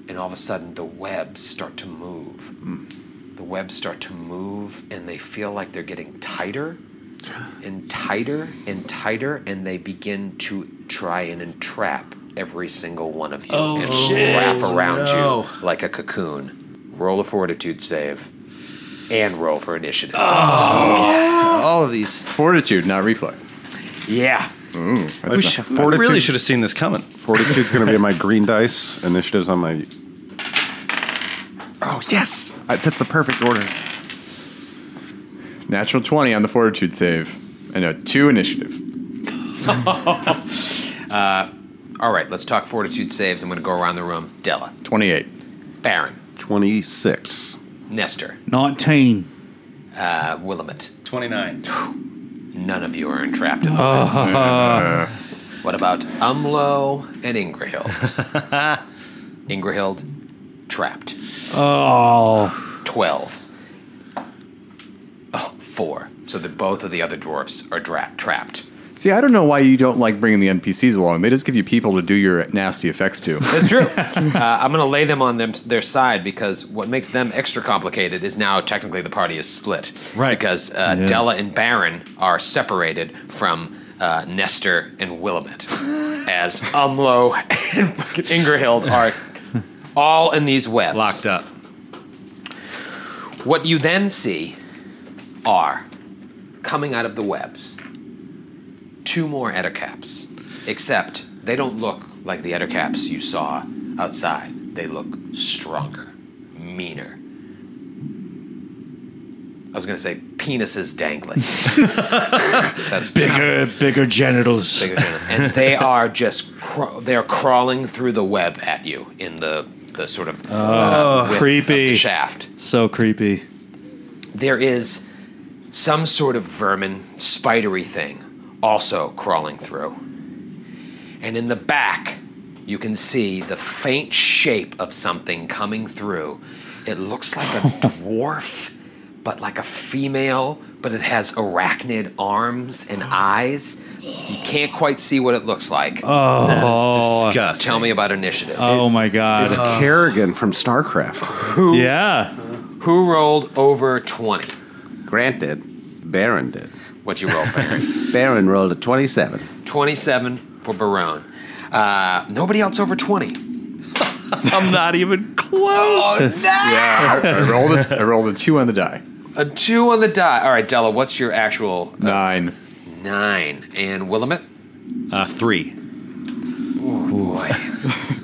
F: and all of a sudden the webs start to move the webs start to move and they feel like they're getting tighter and tighter and tighter and they begin to try and entrap every single one of you and wrap around you like a cocoon roll a fortitude save and roll for initiative
H: All of these.
I: Fortitude, not reflex.
F: yeah
H: I wish- I really should have seen this coming.
B: Fortitude's going to be my green dice. Initiative's on my.
I: Oh yes, I, that's the perfect order. Natural twenty on the fortitude save, and a two initiative.
F: all right let's talk fortitude saves i'm going to go around the room della
I: Twenty-eight.
F: baron
B: 26.
F: nestor
E: Nineteen.
F: uh, Willamette.
H: 29.
F: None of you are entrapped in the
I: Uh,
F: woods. What about Umlo and Ingrahild? Ingrahild, trapped. Oh. 12. Oh, four. So that both of the other dwarfs are dra- trapped.
I: See, I don't know why you don't like bringing the NPCs along. They just give you people to do your nasty effects to.
F: That's true. uh, I'm going to lay them on them, their side because what makes them extra complicated is now technically the party is split.
H: Right.
F: Because uh, Della and Baron are separated from uh, Nestor and Willamette, as Umlo and fucking Ingerhild are all in these webs.
H: Locked up.
F: What you then see are coming out of the webs two more ettercaps, except they don't look like the ettercaps you saw outside. They look stronger, meaner. I was going to say penises dangling. That's
G: Bigger, bigger genitals.
F: bigger than- and they are just craw- they're crawling through the web at you in the the sort of oh,
E: creepy.
F: shaft.
E: So creepy.
F: there is some sort of vermin, spidery thing also crawling through. And in the back, you can see the faint shape of something coming through. It looks like a dwarf, but like a female, but it has arachnid arms and eyes. You can't quite see what it looks like.
H: That's disgusting.
F: Tell me about initiative.
E: Oh my god.
B: It's Kerrigan from StarCraft.
E: yeah.
F: Who rolled over 20?
B: Granted, Baron did.
F: What you roll, Barry?
B: Baron rolled a 27.
F: 27 for Barone. Uh, nobody else over 20.
H: I'm not even close.
E: Oh,
I: yeah, I, I rolled a, I rolled a two on the die.
F: A two on the die. All right, Della, what's your actual
I: Nine.
F: nine? And Willamette?
H: Uh, three.
F: Boy.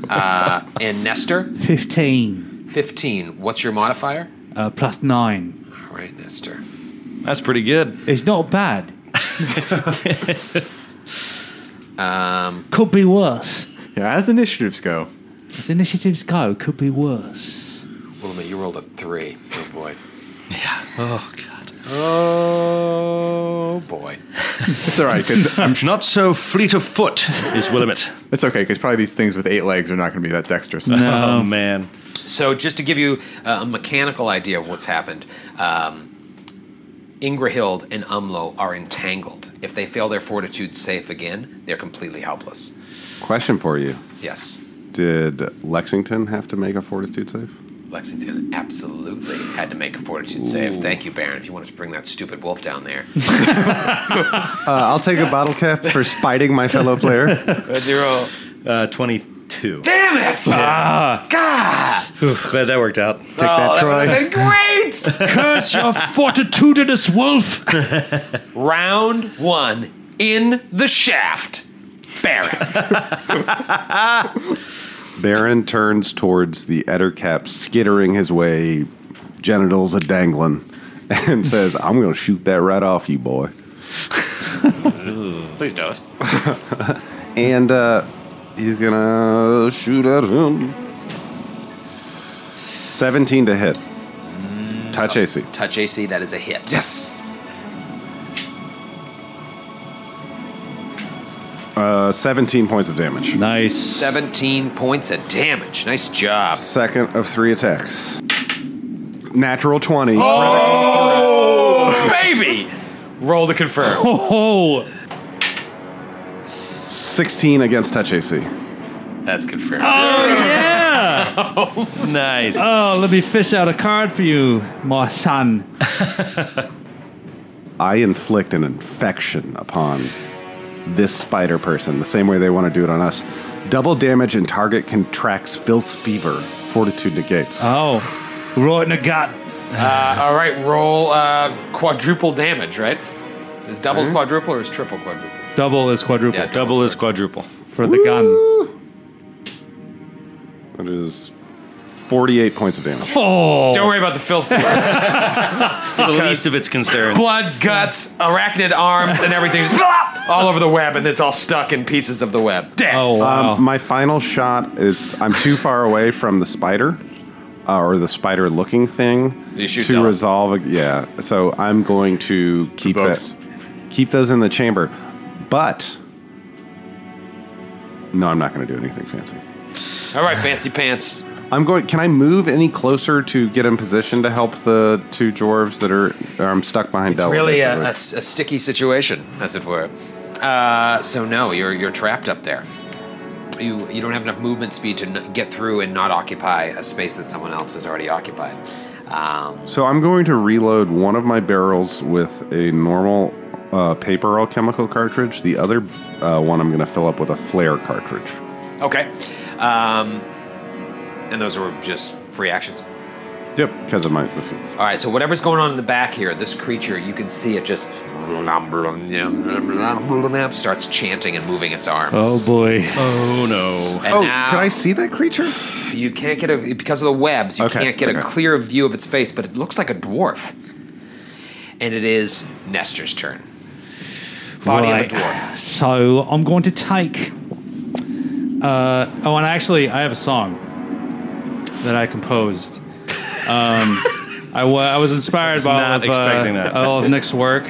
F: Uh, and Nestor,
D: 15
F: 15. What's your modifier?
D: uh, plus 9.
F: All right, Nestor.
H: That's pretty good.
D: It's not bad.
F: Um,
D: Could be worse.
I: Yeah, as initiatives go,
D: As initiatives go, could be worse.
F: Willamette, you rolled a three. Oh boy.
H: Oh god.
F: Oh boy.
I: it's all right because
H: I'm not so fleet of foot is Willamette.
I: it's okay because probably these things with eight legs are not going to be that dexterous.
H: Oh man.
F: So, just to give you a mechanical idea of what's happened, um, Ingrahild and Umlo are entangled. If they fail their fortitude safe again, they're completely helpless.
B: Question for you:
F: Yes,
B: Did Lexington have to make a fortitude save?
F: Lexington absolutely had to make a fortitude save. Thank you, Baron, if you want us to bring that stupid wolf down there.
B: Uh, I'll take a bottle cap for spiting my fellow player.
H: Uh, Twenty-two.
F: Damn it! Ah.
H: Oof, glad that worked out.
B: Take that, Troy.
F: Great!
E: Curse your fortitudinous wolf.
F: Round one in the shaft. Baron.
B: Baron turns towards the Eder cap, skittering his way, genitals a dangling, and says, "I'm going to shoot that right off you, boy."
J: Please don't.
B: And uh, he's gonna shoot at him. 17 to hit. Touch AC.
F: Touch AC, that is a hit.
B: Uh, 17 points of damage.
E: Nice.
F: 17 points of damage. Nice job.
B: Second of three attacks. Natural 20.
F: Baby! Roll to confirm.
E: Oh,
B: 16 against touch AC.
F: That's confirmed.
H: Nice.
F: Uh,
E: oh, let me fish out a card for you, my son.
B: I inflict an infection upon this spider person, the same way they want to do it on us. Double damage and target contracts filth fever. Fortitude negates.
E: Oh, right in the gut.
F: All right, roll uh, quadruple damage, right? Is double quadruple or is triple quadruple?
E: Double is quadruple
F: Yeah,
H: Double is quadruple.
E: for the gun.
B: That is 48 points of damage.
F: Don't worry about the filth.
H: The least of its concerns.
F: Blood, guts, arachnid arms, and everything just blop, all over the web, and it's all stuck in pieces of the web. Dead.
E: Oh, wow.
B: Um, my final shot is I'm too far away from the spider uh, or the spider looking thing
F: You shoot
B: to
F: Dylan.
B: resolve. Yeah, so I'm going to keep
I: Provokes.
B: that, keep those in the chamber, but no, I'm not going to do anything fancy.
F: All right, fancy pants.
B: I'm going. Can I move any closer to get in position to help the two dwarves that are? I'm stuck behind.
F: It's
B: Delwyn,
F: really a,
B: basically.
F: a s- a sticky situation, as it were. Uh, so no, you're you're trapped up there. You you don't have enough movement speed to n- get through and not occupy a space that someone else has already occupied. Um,
B: So I'm going to reload one of my barrels with a normal uh, paper alchemical cartridge. The other uh, one I'm going to fill up with a flare cartridge.
F: okay, um, and those were just free actions.
B: Yep, because of my defeats.
F: All right, so whatever's going on in the back here, this creature, you can see it just starts chanting and moving its arms.
E: oh boy.
H: Oh no.
F: And
B: Oh,
F: now-
B: can I see that creature?
F: You can't get a because of the webs. You
B: Okay,
F: can't get a
B: okay.
F: clear view of its face, but it looks like a dwarf. And it is Nestor's turn. Body
E: Right.
F: of a dwarf.
E: So I'm going to take. Uh, oh, and actually, I have a song that I composed. Um, I wa- I was inspired by all
H: not
E: of, uh,
H: expecting that.
E: all of Nick's work,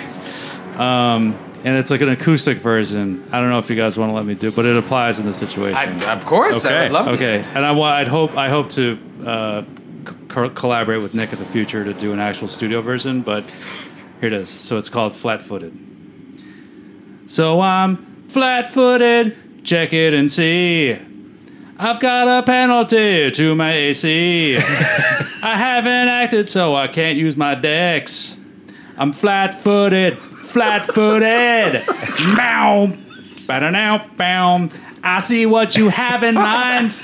E: um, and it's like an acoustic version. I don't know if you guys want to let me do, it, but it applies in this situation.
F: I, of course, I
H: Okay,
F: would love to.
E: okay, and I wa- I'd hope I hope to uh, co- collaborate with Nick in the future to do an actual studio version, but here it is. So it's called Flat Footed. So I'm flat footed, check it and see. I've got a penalty to my AC. I haven't acted, so I can't use my dex. I'm flat footed, flat footed. Bow, bow, now, bow. I see what you have in mind.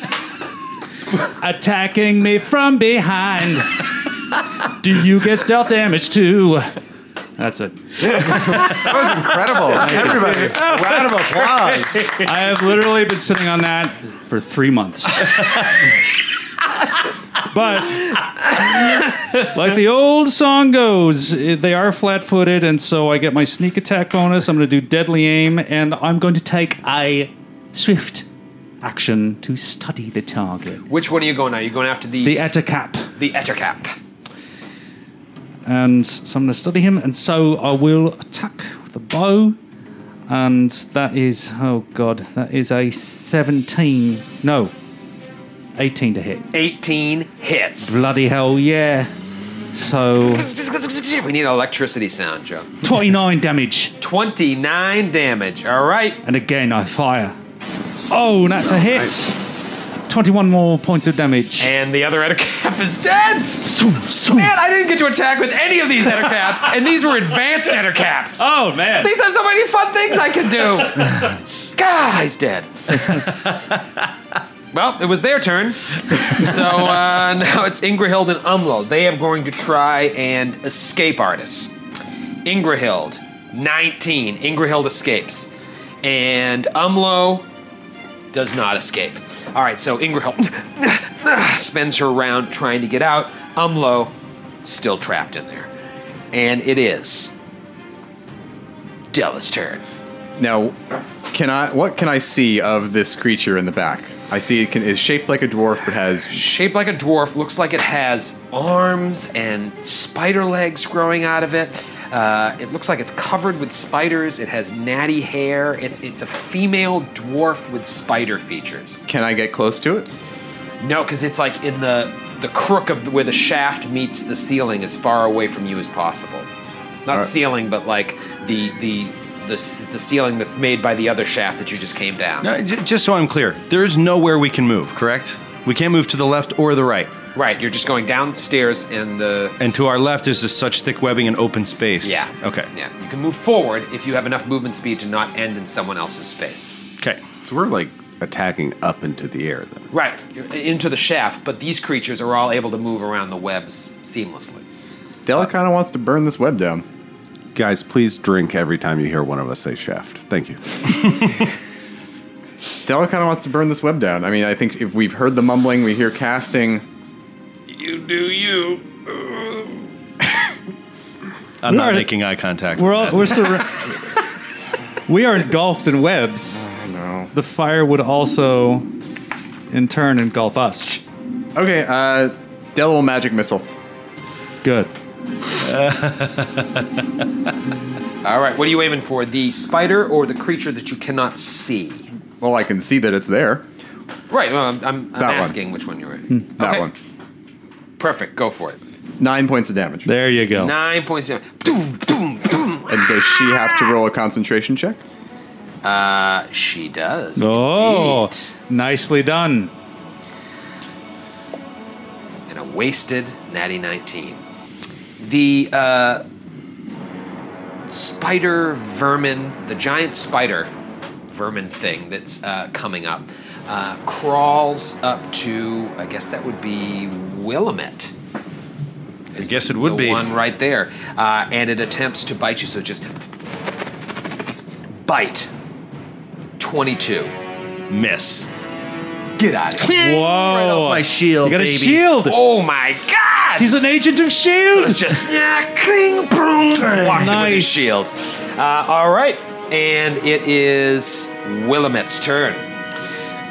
E: Attacking me from behind. Do you get stealth damage too? That's it.
I: that was incredible. Everybody, round of applause.
E: I have literally been sitting on that for three months. but like the old song goes, eh, they are flat-footed, and so I get my sneak attack bonus. I'm going to do deadly aim, and I'm going to take a swift action to study the target.
F: Which one are you going at? You're going after the
E: The etacap.
F: the Ettercap.
E: and so I'm going to study him, and so I will attack with a bow, and that is oh god, that is a 17, no, 18 to hit.
F: 18 hits.
E: Bloody hell, yeah. So
F: We need an electricity sound, Joe.
E: 29 damage,
F: 29 damage. All right.
E: and again I fire. Oh, that's a hit. 21 more points of damage.
F: And the other Ettercap is dead.
E: Swoop, swoop.
F: Man, I didn't get to attack with any of these Ettercaps, and these were advanced Ettercaps.
E: Oh man.
F: At least I have so many fun things I could do. God, he's dead. well, it was their turn. So uh, now it's Ingrahild and Umlo. They are going to try and escape artists. Ingrahild, 19. Ingrahild escapes. And Umlo does not escape. All right, so Ingrahild spends her round trying to get out. Umlo still trapped in there. And it is Della's turn.
I: Now, can I? What can I see of this creature in the back? I see it can, is shaped like a dwarf, but has
F: shaped like a dwarf, looks like it has arms and spider legs growing out of it. Uh, it looks like it's covered with spiders. It has natty hair. It's it's a female dwarf with spider features.
I: can I get close to it?
F: No, because it's like in the the crook of the, where the shaft meets the ceiling, as far away from you as possible. Not
I: right.
F: ceiling, but like the the. The, s- the ceiling that's made by the other shaft that you just came down.
H: No, j- just so I'm clear, there is nowhere we can move, correct? We can't move to the left or the right.
F: Right, you're just going downstairs and the
H: And to our left is just such thick webbing and open space.
F: Yeah.
H: Okay.
F: Yeah. You can move forward if you have enough movement speed to not end in someone else's space.
H: Okay.
B: So we're like attacking up into the air then.
F: Right. You're into the shaft, but these creatures are all able to move around the webs seamlessly.
I: Della kind of wants to burn this web down.
B: Guys, please drink every time you hear one of us say shaft. Thank you.
I: Della kind of wants to burn this web down. I mean, I think if we've heard the mumbling, we hear casting.
H: I'm not
E: We're-
H: making eye contact.
E: We're
H: with
E: all,
H: that.
E: we're surra- we are engulfed in webs. The fire would also, in turn, engulf us.
I: Okay, uh, Della will magic missile.
E: Good.
F: All right. What are you aiming for? The spider or the creature that you cannot see?
I: Well, I can see that it's there.
F: Right. Well, I'm, I'm, I'm
I: That one. Hmm,
F: asking which one you're aiming.
I: That
F: Okay.
I: one.
F: Perfect. Go for it.
I: Nine points of damage.
E: There you go.
F: Nine points. down. Doom, doom, doom.
I: Oh. And does she have to roll a concentration check?
F: Uh, she does.
E: oh,
F: indeed.
E: nicely done.
F: and a wasted natty 19. The uh, spider vermin, the giant spider vermin thing that's uh, coming up, uh, crawls up to, I guess that would be Willamette. I
H: guess it would
F: the
H: be.
F: one right there, uh, and it attempts to bite you. So just bite. Twenty-two.
H: miss.
F: Get out of here!
E: Whoa.
K: my shield,
E: you got a
K: baby.
E: shield.
F: Oh my God!
E: He's an agent of shield.
F: just yeah, cling, boom, walks in with his
E: Nice.
F: shield. Uh, all right, and it is Willamette's turn.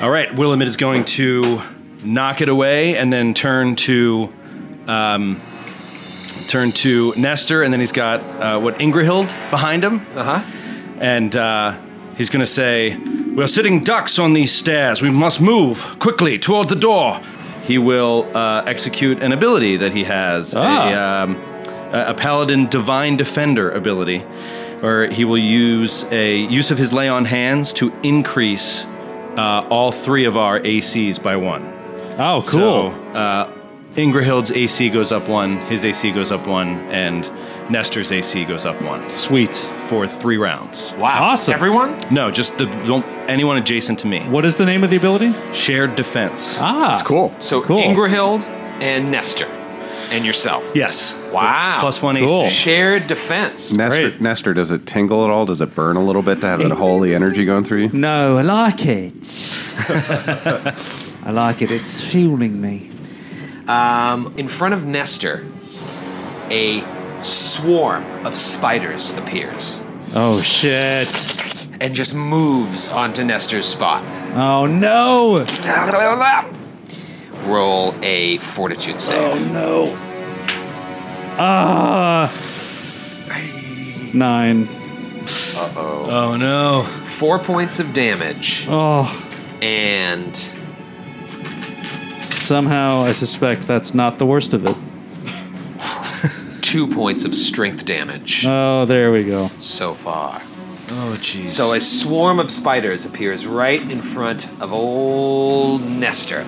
H: All right. Willamette is going to knock it away and then turn to, um, turn to Nestor, and then he's got uh, what Ingrahild behind him.
F: Uh huh.
H: and uh, he's going to say, "We're sitting ducks on these stairs. We must move quickly toward the door." He will uh, execute an ability that he has, a,
E: Ah.
H: um, a a paladin divine defender ability, or he will use a use of his lay on hands to increase uh, all three of our ACs by one.
E: Oh, cool.
H: So, uh, Ingrahild's AC goes up one, his AC goes up one, and Nestor's AC goes up one
E: Sweet.
H: for three rounds.
F: Wow.
E: Awesome.
F: Everyone.
H: No, just the don't, anyone adjacent to me.
E: What is the name of the ability?
H: Shared defense.
E: Ah,
I: It's cool.
F: So
E: Cool.
F: Ingrahild and Nestor, and yourself.
H: Yes.
F: Wow.
H: Plus one AC. Cool.
F: Shared defense.
B: Nestor, Nestor, does it tingle at all? Does it burn a little bit to have that holy energy going through you?
D: No, I like it. I like it. It's fueling me.
F: Um, in front of Nestor, a swarm of spiders appears
D: Oh shit!
F: and just moves onto Nestor's spot.
D: Oh no!
F: Roll a fortitude
E: Oh,
F: save.
D: No. Ah. Nine.
E: Oh no.
F: Four points of damage,
D: Oh.
F: and
D: Somehow, I suspect that's not the worst of it.
F: two points of strength damage
D: Oh, there we go.
F: so far.
H: Oh jeez.
F: So a swarm of spiders appears right in front of old Nestor.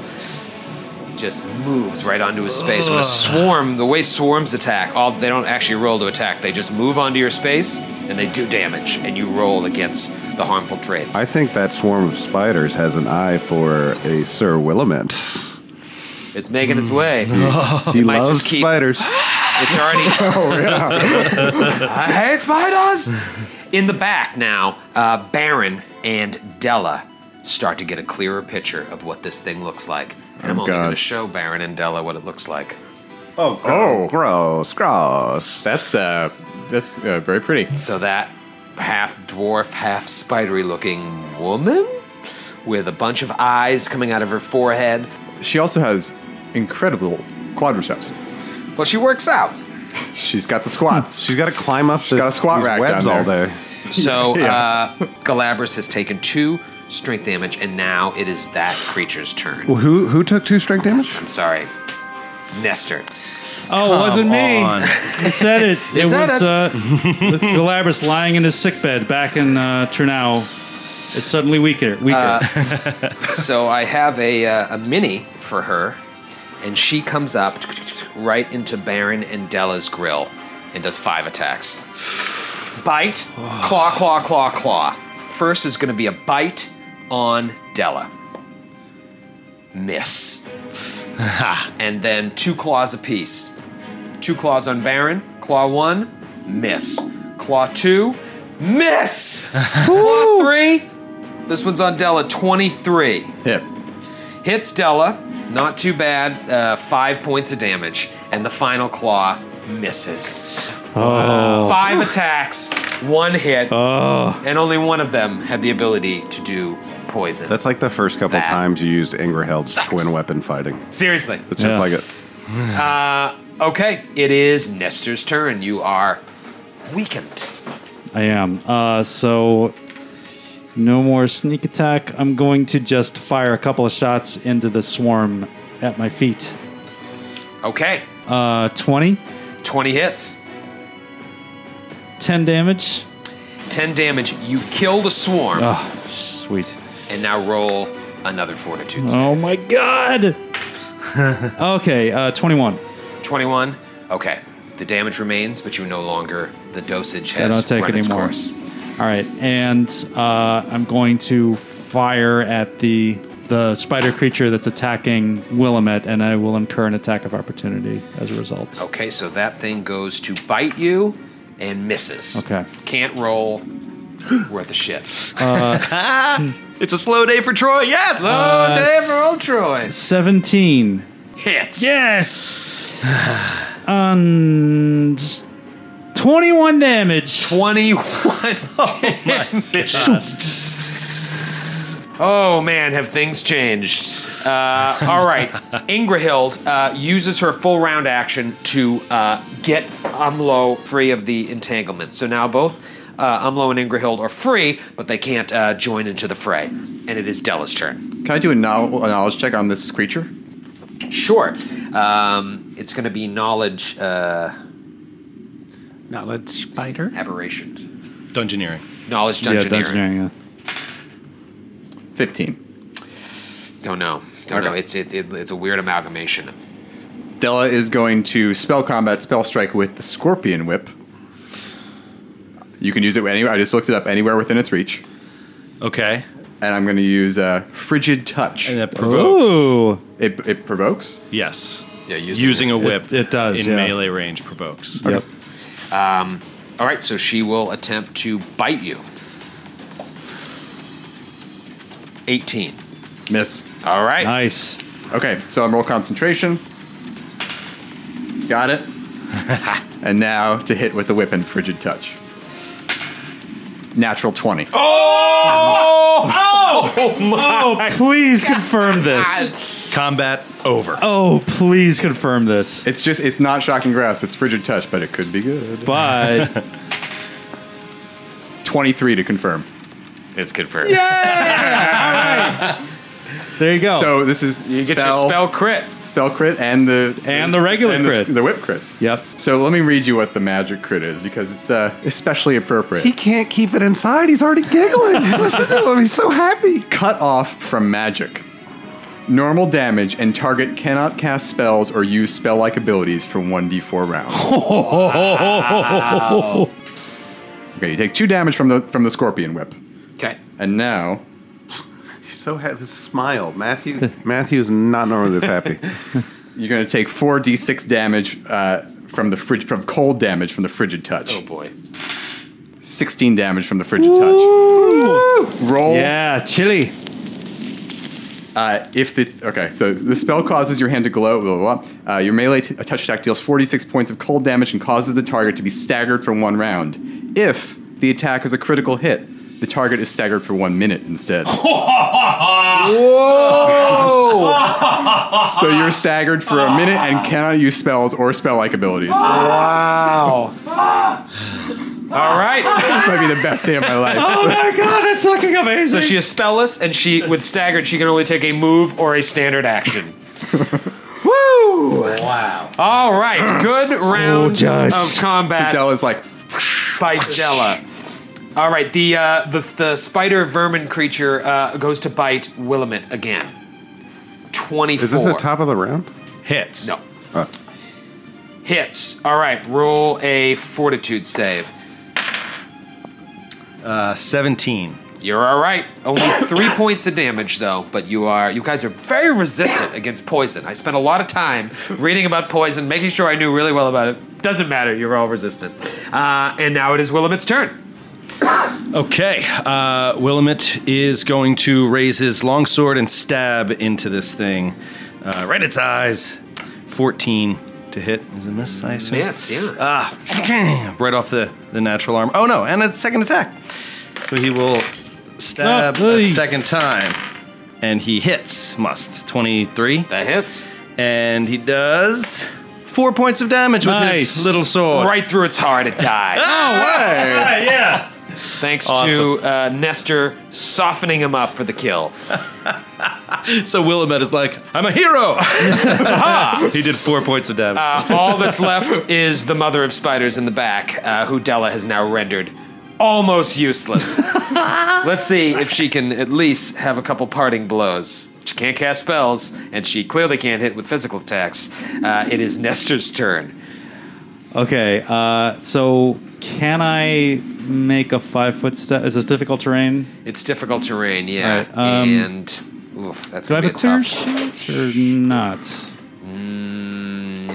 F: Just moves right onto his space. When a swarm, the way swarms attack, all they don't actually roll to attack. They just move onto your space and they do damage, and you roll against the harmful traits.
B: I think that swarm of spiders has an eye for a Sir Willamette.
F: it's making
H: Hmm.
F: its way.
B: He
F: Oh, might
B: loves
F: just keep-
B: spiders.
F: It's already.
I: Oh,
F: I hate spiders. In the back now, uh, Baron and Della start to get a clearer picture of what this thing looks like, and I'm
I: Oh,
F: only going to
I: God.
F: show Baron and Della what it looks like.
B: Oh,
I: Oh.
B: gross, gross.
I: That's uh, that's uh, very pretty.
F: So that half dwarf, half spidery looking woman with a bunch of eyes coming out of her forehead.
I: She also has incredible quadriceps.
F: Well, she works out.
I: She's got the squats.
B: Hmm. She's got to climb up this,
I: got a squat
B: these
I: rack
B: webs
I: down
B: all
I: there.
B: day.
F: So uh, Galabras has taken two strength damage, and now it is that creature's turn.
B: Well, who who took two strength damage?
F: I'm sorry. Nestor.
E: Oh, it wasn't me.
H: on.
E: I said it. it
F: said
E: was
F: it.
E: uh, Galabras lying in his sickbed back in uh, Turnau. Is suddenly weaker. Weaker.
F: Uh. So I have a, uh, a mini for her, and she comes up right into Baron and Della's grill and does five attacks. Bite, claw, claw, claw, claw. First is going to be a bite on Della. Miss. and then two claws apiece. Two claws on Baron. Claw one, miss. Claw two, miss. claw three. This one's on Della, 23.
I: Hip.
F: Hits Della, not too bad, uh, five points of damage. And the final claw misses.
E: Oh.
F: Five attacks, one hit,
E: Oh.
F: and only one of them had the ability to do poison.
B: That's like the first couple
F: That
B: times you used Angerheld's
F: sucks.
B: twin weapon fighting.
F: Seriously.
B: It's just
E: Yeah.
B: like it.
F: Okay, it is Nestor's turn. You are weakened.
E: I am. Uh, so no more sneak attack. I'm going to just fire a couple of shots into the swarm at my feet.
F: Okay,
E: Uh, 20,
F: 20 hits,
E: 10 damage.
F: 10 damage. You kill the swarm,
E: Ah. Sweet.
F: and now roll another fortitude. save.
E: Oh my god! okay, uh, 21.
F: 21. Okay. The damage remains, but you no longer. The dosage has
E: don't take
F: run
E: any
F: its
E: more.
F: course.
E: All right, and uh, I'm going to fire at the the spider creature that's attacking Willamette, and I will incur an attack of opportunity as a result.
F: Okay, so that thing goes to bite you and misses.
E: Okay.
F: Can't roll. Worth a shit.
I: Uh, It's a slow day for Troy. Yes. Uh,
F: oh,
E: Uh,
F: damn, roll Troy.
E: 17.
F: Hits.
E: Yes! and 21 damage.
F: 21. Oh, Oh, man, have things changed. Uh, all right. Ingrahild uh, uses her full round action to uh, get Umlo free of the entanglement. So now both uh, Umlo and Ingrahild are free, but they can't uh, join into the fray. And it is Della's turn.
I: Can I do a knowl- a knowledge check on this creature?
F: Sure. Um, it's going to be knowledge uh,
H: Knowledge spider.
F: aberration.
H: Dungeoneering.
F: Knowledge
E: Dungeoneering,
F: dungeoneering.
I: Fifteen.
F: Don't know. Don't know. It's it, it, it's a weird amalgamation.
I: Della is going to spell combat spell strike with the scorpion whip. You can use it anywhere. I just looked it up anywhere within its reach,
H: Okay.
I: and I'm going to use uh, frigid touch.
H: And that
E: yeah.
H: provokes.
E: Ooh!
I: It, it provokes.
H: Yes.
K: Yeah,
H: using, a whip.
E: It, it does
H: in
E: yeah.
H: melee range provokes.
E: Yep.
K: Um, all right, so she will attempt to bite you. 18.
I: Miss.
K: All right.
E: Nice.
I: Okay, so I roll concentration. Got it. and now to hit with the whip and frigid touch. Natural 20.
E: Oh! Oh! Oh, please confirm this.
I: Combat over.
E: Oh, please confirm this.
I: It's just, it's not shocking grasp, it's frigid touch, but it could be good.
E: But.
I: 23 to confirm.
K: It's confirmed.
E: There Oh. you go.
I: So this is
F: You get your spell crit.
I: spell crit, and the
E: And the regular
I: and the-
E: crit.
I: the whip crits.
E: Yep.
I: So let me read you what the magic crit is because it's uh, especially appropriate.
B: He can't keep it inside. He's already giggling. Listen to him. He's so happy.
I: Cut off from magic. Normal damage and target cannot cast spells or use spell-like abilities for 1d4 rounds.
E: Wow.
I: okay, you take two damage from the from the scorpion whip,
F: Okay.
I: and now
B: He's so happy. This smile, Matthew. Matthew's not normally this happy.
I: you're going to take 4d6 damage uh, from the frig- from cold damage from the frigid touch.
F: Oh boy.
I: 16 damage from the frigid touch.
F: Oh.
I: Roll.
E: yeah, chili.
I: Uh, if the okay, so the spell causes your hand to glow. Blah blah. blah. Uh, your melee t- touch attack deals 46 points of cold damage and causes the target to be staggered for one round. If the attack is a critical hit, the target is staggered for one minute instead.
F: Whoa!
I: so you're staggered for a minute and cannot use spells or spell-like abilities.
F: wow. All right.
I: this might be the best day of my life.
E: Oh my god, that's fucking amazing.
F: So she is spellless, and she with staggered, she can only take a move or a standard action. Woo! Wow. All right. Good round
E: Gorgeous.
F: of combat
I: Dell is like,
F: by Della. All right. The uh, the the spider vermin creature uh, goes to bite Willamette again. Twenty-four.
B: Is this the top of the round?
H: Hits.
F: No. Hits. All right. Roll a fortitude save.
H: Uh, 17.
F: You're all right. Only three points of damage, though. But you are you guys are very resistant against poison. I spent a lot of time reading about poison, making sure I knew really well about it. Doesn't matter. You're all resistant. Uh, and now it is Willamette's turn.
H: Okay, uh, Willamette is going to raise his longsword and stab into this thing. Uh, right its eyes. 14 to hit. Is it miss? I assume.
F: Yes. Yeah.
H: Ah, right off the, the natural arm. Oh no, and a second attack. So he will stab
E: Ah,
H: a
E: hey.
H: second time. And he hits, must. 23.
F: that hits
H: And he does four points of damage with
E: Nice.
H: his little sword.
F: right through its heart. It dies.
H: Ah, yeah.
F: Thanks
H: Awesome.
F: to uh, Nestor softening him up for the kill.
H: So Willamette is like, I'm a hero. he did four points of
E: Ah.
H: damage.
F: Uh, all that's left is the mother of spiders in the back, uh, who Della has now rendered almost useless. Let's see if she can at least have a couple parting blows. She can't cast spells, and she clearly can't hit with physical attacks. Uh, it is Nestor's turn.
E: Okay, uh, so can I make a five foot step? Is this difficult terrain?
F: It's difficult terrain, yeah,
E: Alright, um,
F: and oof, that's
E: Do I
F: gonna
E: have
F: be
E: a
F: a
E: clear
F: tough.
E: sheet or not?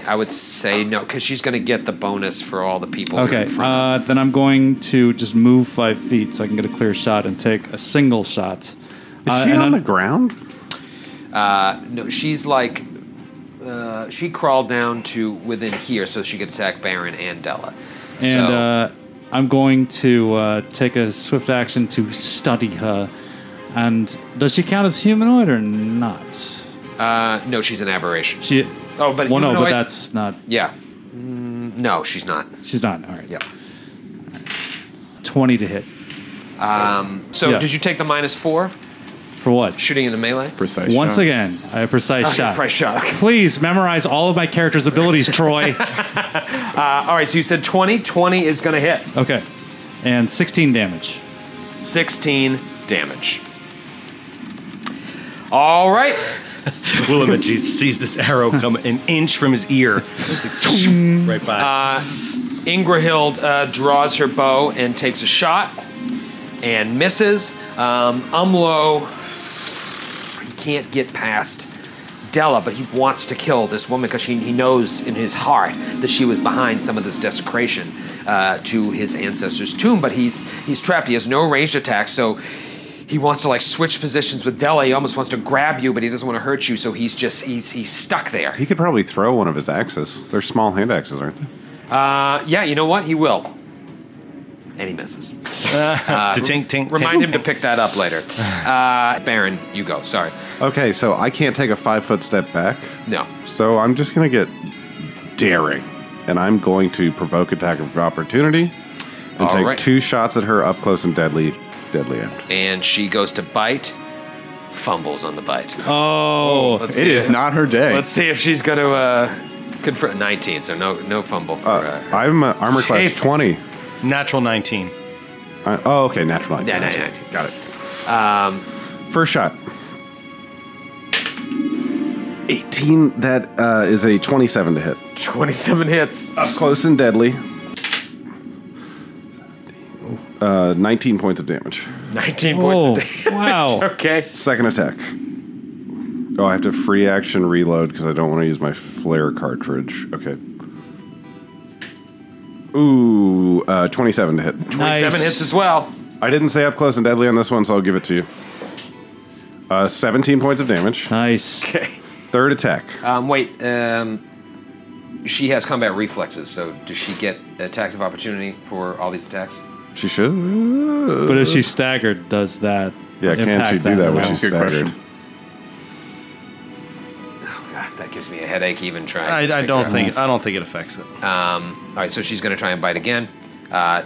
F: I would say no, because she's going to get the bonus for all the people. who are
E: Okay,
F: in front of
E: uh, then I'm going to just move five feet so I can get a clear shot and take a single shot. Uh, Is
F: Uh,
B: Is she on the ground?
F: her. no, she's like. Uh, she crawled down to within here so she could attack Baron and Della.
E: and
F: so,
E: uh, I'm going to uh, take a swift action to study her. And does she count as humanoid or not?
F: Uh, no, she's an aberration.
E: She.
F: Oh, but
E: well, no, but
F: humanoid-
E: that's not.
F: Yeah. Mm, no, she's not.
E: She's not. All right.
F: Yeah.
E: Twenty to hit.
F: So
E: Yeah.
F: did you take the minus four
E: For what?
F: shooting in the melee?
I: precise.
E: Once
I: shot.
E: again, a precise shot.
F: Price shock.
E: Please memorize all of my characters' abilities, Troy.
F: Uh, all right, so you said 20. 20 is going to hit.
E: Okay. And 16 damage.
F: 16 damage. All right.
H: Willamette just sees this arrow come an inch from his ear. right by.
F: Ingrahild uh, draws her bow and takes a shot and misses. Um, Umlo, he can't get past Della, but he wants to kill this woman because he, he knows in his heart that she was behind some of this desecration uh, to his ancestor's tomb. But he's he's trapped. He has no ranged attack, so he wants to like switch positions with Della. He almost wants to grab you, but he doesn't want to hurt you. So he's just he's he's stuck there.
B: He could probably throw one of his axes. They're small hand axes, aren't they?
F: Uh, yeah, you know what? He will. And he misses. Uh,
H: Tink, tink,
F: remind
H: tink.
F: him to pick that up later. Uh, Baron, you go. Sorry.
B: Okay, so I can't take a five foot step back.
F: No.
B: So I'm just going to get daring, and I'm going to provoke attack of opportunity and
F: All
B: take
F: right.
B: two shots at her up close and deadly, deadly end.
F: And she goes to bite, fumbles on the bite.
E: Oh,
F: Let's
I: it
F: see
I: is
F: if-
I: not her day.
F: Let's see if she's going to uh, confront 19. So no no fumble for uh, her.
B: I'm uh, armor class
F: Jeez.
B: 20.
H: Natural 19.
B: I, oh, okay, natural 19.
F: Yeah,
B: I see.
F: 19.
B: Got it.
F: Um,
B: First shot. 18, that uh, is a 27 to hit.
L: 27 hits.
B: Up close and deadly. Uh, 19 points of damage.
L: 19 points
E: Oh,
L: of damage.
E: wow.
L: okay.
B: Second attack. Oh, I have to free action reload because I don't want to use my flare cartridge. Okay. Ooh, uh, 27 to hit.
F: 27
E: Nice.
F: hits as well.
B: I didn't say up close and deadly on this one, so I'll give it to you. Uh, 17 points of damage.
E: Nice.
B: Third attack.
F: Um, wait, um, she has combat reflexes, so does she get attacks of opportunity for all these attacks?
B: She should.
E: But if she's staggered, does that?
B: Yeah, can
E: impact
B: she do that when
E: round?
B: she's
I: That's a good
B: staggered?
F: Oh god, that gives me a headache even trying.
H: I,
F: to
H: I
F: figure
H: don't
F: out.
H: think I don't think it affects it.
F: Um, all right, so she's going to try and bite again, uh,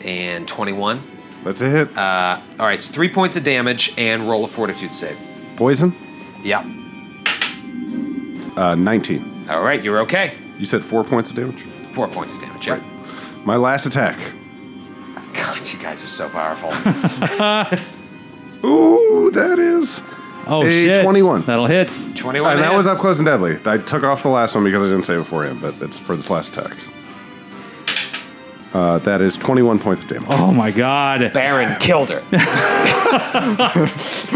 F: and twenty-one.
B: That's a hit.
F: Uh, all right, it's three points of damage and roll a fortitude save.
B: Poison.
F: Yeah.
B: Uh, 19.
F: All right, you're okay.
B: You said four points of damage.
F: Four points of damage. Yeah.
B: My last attack.
F: God, you guys are so powerful.
B: Ooh, that is.
E: Oh
B: A
E: shit!
B: 21.
E: That'll hit.
F: Twenty-one.
H: Oh,
B: And that was
F: hits.
B: up close and deadly. I took off the last one because I didn't save it for him, but it's for this last attack. Uh, that is 21 points of damage.
E: Oh my god!
F: Baron killed her.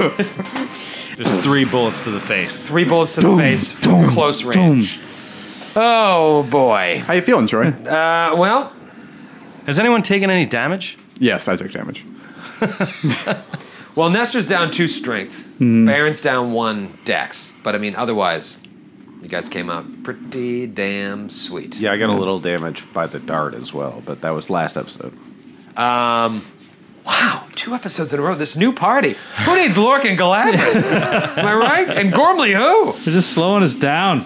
H: There's three bullets to the face.
F: Three bullets to the face from close range. Oh boy.
I: How you feeling, Troy?
F: Uh, well,
H: Has anyone taken any damage?
I: yes, I took damage.
F: well, Nestor's down two strength.
B: Mm-hmm.
F: Baron's down one dex. But I mean, otherwise, you guys came out pretty damn sweet.
B: Yeah, I got a little damage by the dart as well, but that was last episode.
F: Wow, two episodes in a row. This new party. Who needs Lork and Galactus? Am I right? And Gormley, who?
E: They're just slowing us down.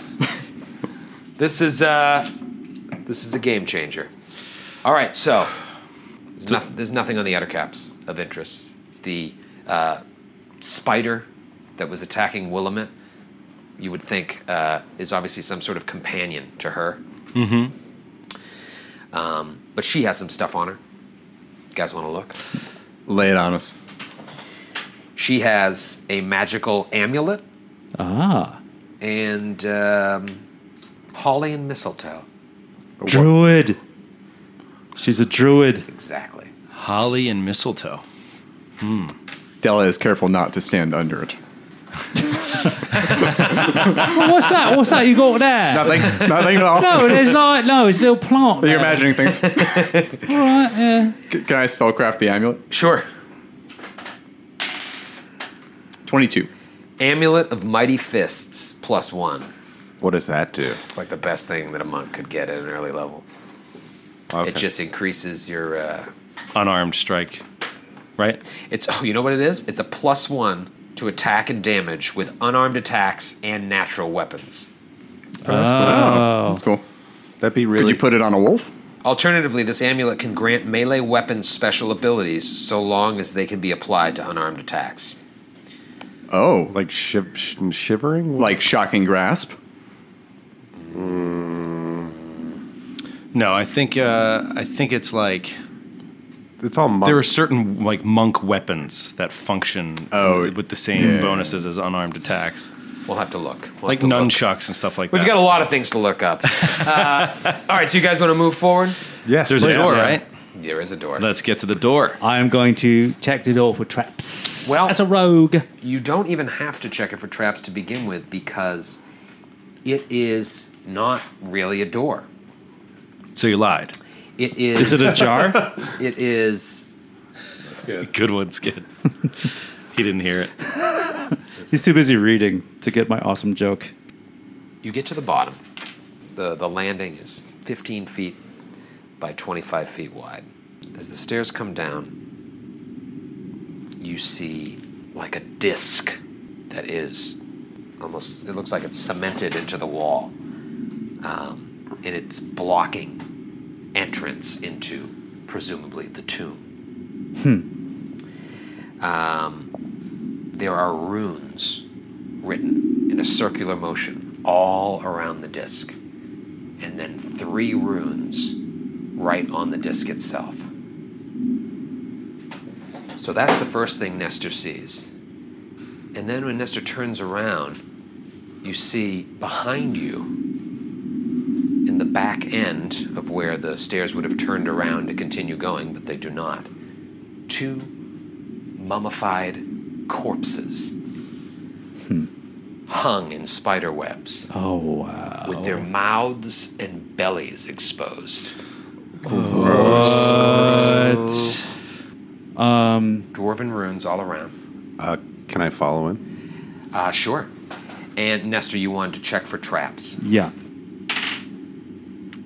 F: This is uh, this is a game changer. All right, so there's, noth- there's nothing on the outer caps of interest. The uh, spider that was attacking Willamette, you would think, uh, is obviously some sort of companion to her. Mm-hmm. Um, but she has some stuff on her. You guys want to look?
I: Lay it on us.
F: She has a magical amulet
E: Ah,
F: and um, holly and mistletoe.
E: druid. She's a druid.
F: Exactly.
H: Holly and mistletoe.
I: Della is careful not to stand under it.
E: What's that? What's that you got there?
I: Nothing. Nothing at all.
E: No, there's like no, it's a little plant. there.
I: You're imagining things.
E: All right, yeah.
I: C- Can I spellcraft the amulet?
F: Sure.
I: Twenty-two.
F: Amulet of Mighty Fists plus one.
B: What does that do?
F: It's like the best thing that a monk could get at an early level.
B: Okay.
F: It just increases your. Uh,
H: Unarmed strike. Right?
F: it's oh, you know what it is? It's a plus one to attack and damage with unarmed attacks and natural weapons.
I: Oh, that's cool.
B: That'd be
I: Could
B: really.
I: you put it on a wolf?
F: Alternatively, this amulet can grant melee weapons special abilities so long as they can be applied to unarmed attacks.
I: Oh, like
B: like shiv- sh- shivering?
I: like shocking grasp.
H: No, I think uh, I think it's like
B: It's all monk.
H: there are certain like monk weapons that function
I: Oh,
H: with the same bonuses as unarmed attacks,
F: We'll have to look. We'll
H: like
F: have to look.
H: nunchucks and stuff like
F: We've
H: that.
F: got a lot of things to look up. uh, all right, so you guys want to move forward?
B: yes,
H: There's a
B: please.
H: door, right?
F: There is a door.
H: Let's get to the door.
M: I am going to check the door for traps.
F: Well,
M: as a rogue,
F: you don't even have to check it for traps to begin with because it is not really a door.
H: So you lied.
F: It is.
H: Is it a jar?
F: it is.
H: That's good. Good one, Skid. he didn't hear it.
E: He's too busy reading to get my awesome joke.
F: You get to the bottom. the The landing is 15 feet by 25 feet wide. As the stairs come down, you see like a disc that is almost. It looks like it's cemented into the wall, um, and it's blocking entrance into presumably the tomb.
E: Hmm.
F: Um, there are runes written in a circular motion all around the disc, and then three runes right on the disc itself. So that's the first thing Nestor sees. And then when Nestor turns around, you see behind you, in the back end of where the stairs would have turned around to continue going, but they do not, two mummified corpses hung in spider webs.
M: Oh, wow.
F: With their mouths and bellies exposed.
M: What? Um,
F: Dwarven runes all around.
B: Uh, can I follow him?
F: Uh, sure. And Nestor, you wanted to check for traps.
E: Yeah.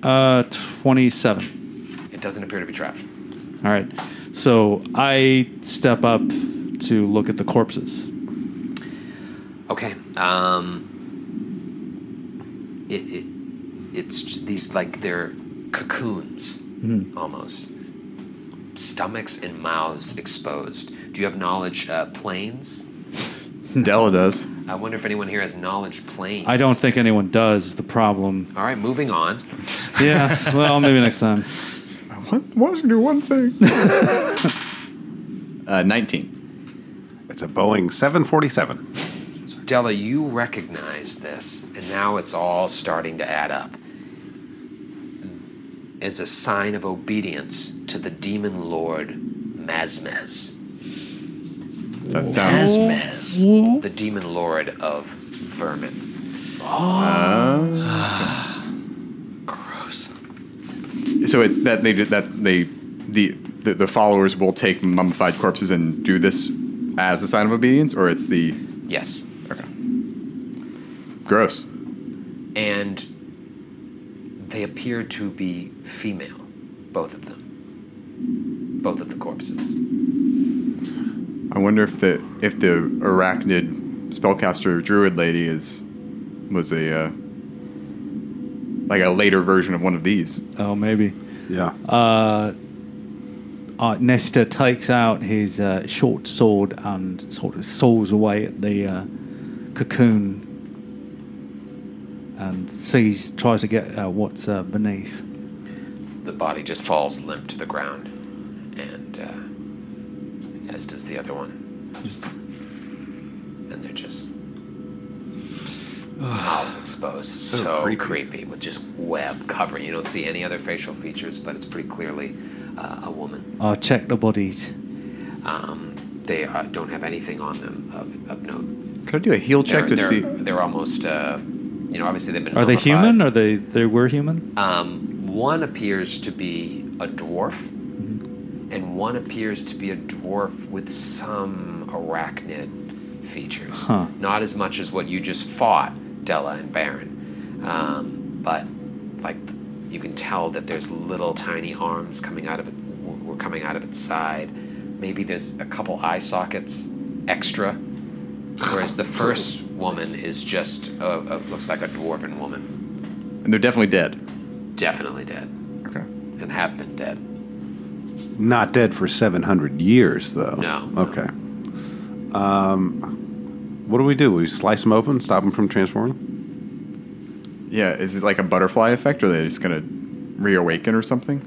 E: Uh, 27.
F: It doesn't appear to be trapped.
E: All right. So I step up to look at the corpses.
F: Okay. Um, it, it, it's j- these like they're cocoons
M: Hmm.
E: Mhm.
F: almost. Stomachs and mouths exposed. Do you have knowledge uh, planes?
I: Della does.
F: I wonder if anyone here has knowledge planes.
E: I don't think anyone does. Is the problem?
F: All right, moving on.
E: Yeah. well, maybe next time.
I: Wanted to do one thing. uh, 19.
B: It's a Boeing 747.
F: Della, you recognize this, and now it's all starting to add up. As a sign of obedience to the demon lord Masmez.
I: That sounds.
F: The demon lord of vermin.
E: Oh.
I: Gross. So it's that they did that they the, the the followers will take mummified corpses and do this as a sign of obedience, or it's the
F: Yes.
I: gross.
F: And they appear to be female, both of them. Both of the corpses.
I: I wonder if the if the arachnid spellcaster druid lady is was a uh, like a later version of one of these.
E: Oh, maybe.
B: Yeah.
E: Uh, uh, Nestor takes out his uh, short sword and sort of saws away at the uh, cocoon and sees, tries to get uh, what's uh, beneath.
F: The body just falls limp to the ground, and uh, as does the other one. And they're just mouth exposed. It's so, creepy. with just web covering. You don't see any other facial features, but it's pretty clearly uh, a woman.
E: I'll check the bodies.
F: Um, they uh, don't have anything on them of, of note.
I: Could I do a heal check
F: they're,
I: to see?
F: they're, They're almost, uh, you know, obviously they've been.
E: Are they
F: mummified.
E: human? Are they they were human?
F: Um, one appears to be a dwarf, and one appears to be a dwarf with some arachnid features.
E: Huh.
F: Not as much as what you just fought, Della and Baron, um, but like you can tell that there's little tiny arms coming out of it. Were coming out of its side. Maybe there's a couple eye sockets extra. Whereas the first woman is just a, a, looks like a dwarven woman
I: And they're definitely dead.
F: definitely dead
I: Okay.
F: and have been dead.
B: Not dead for 700 years, though.
F: No.
B: Okay. Um, what do we do? We slice them open, stop them from transforming?
I: Yeah, is it like a butterfly effect, or are they just gonna reawaken or something?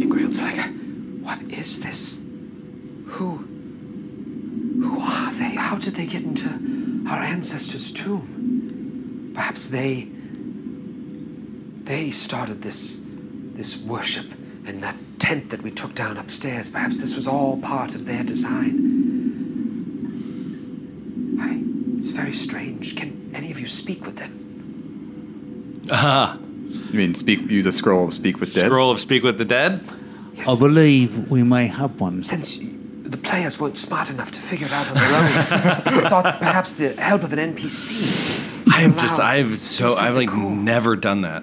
F: Ingrid's like, what is this? Who? Who are they? How did they get into our ancestors' tomb? Perhaps they
N: they started this this worship and that tent that we took down upstairs. Perhaps this was all part of their design. I, it's very strange. Can any of you speak with them?
I: Ah. You mean speak? Use a scroll of speak with dead.
H: Scroll of speak with the dead.
E: I believe we may have one.
N: Since the players weren't smart enough to figure it out on their own, I thought perhaps the help of an NPC.
H: I am
N: would
H: just.
N: allow-
H: I've so. I've like never done that.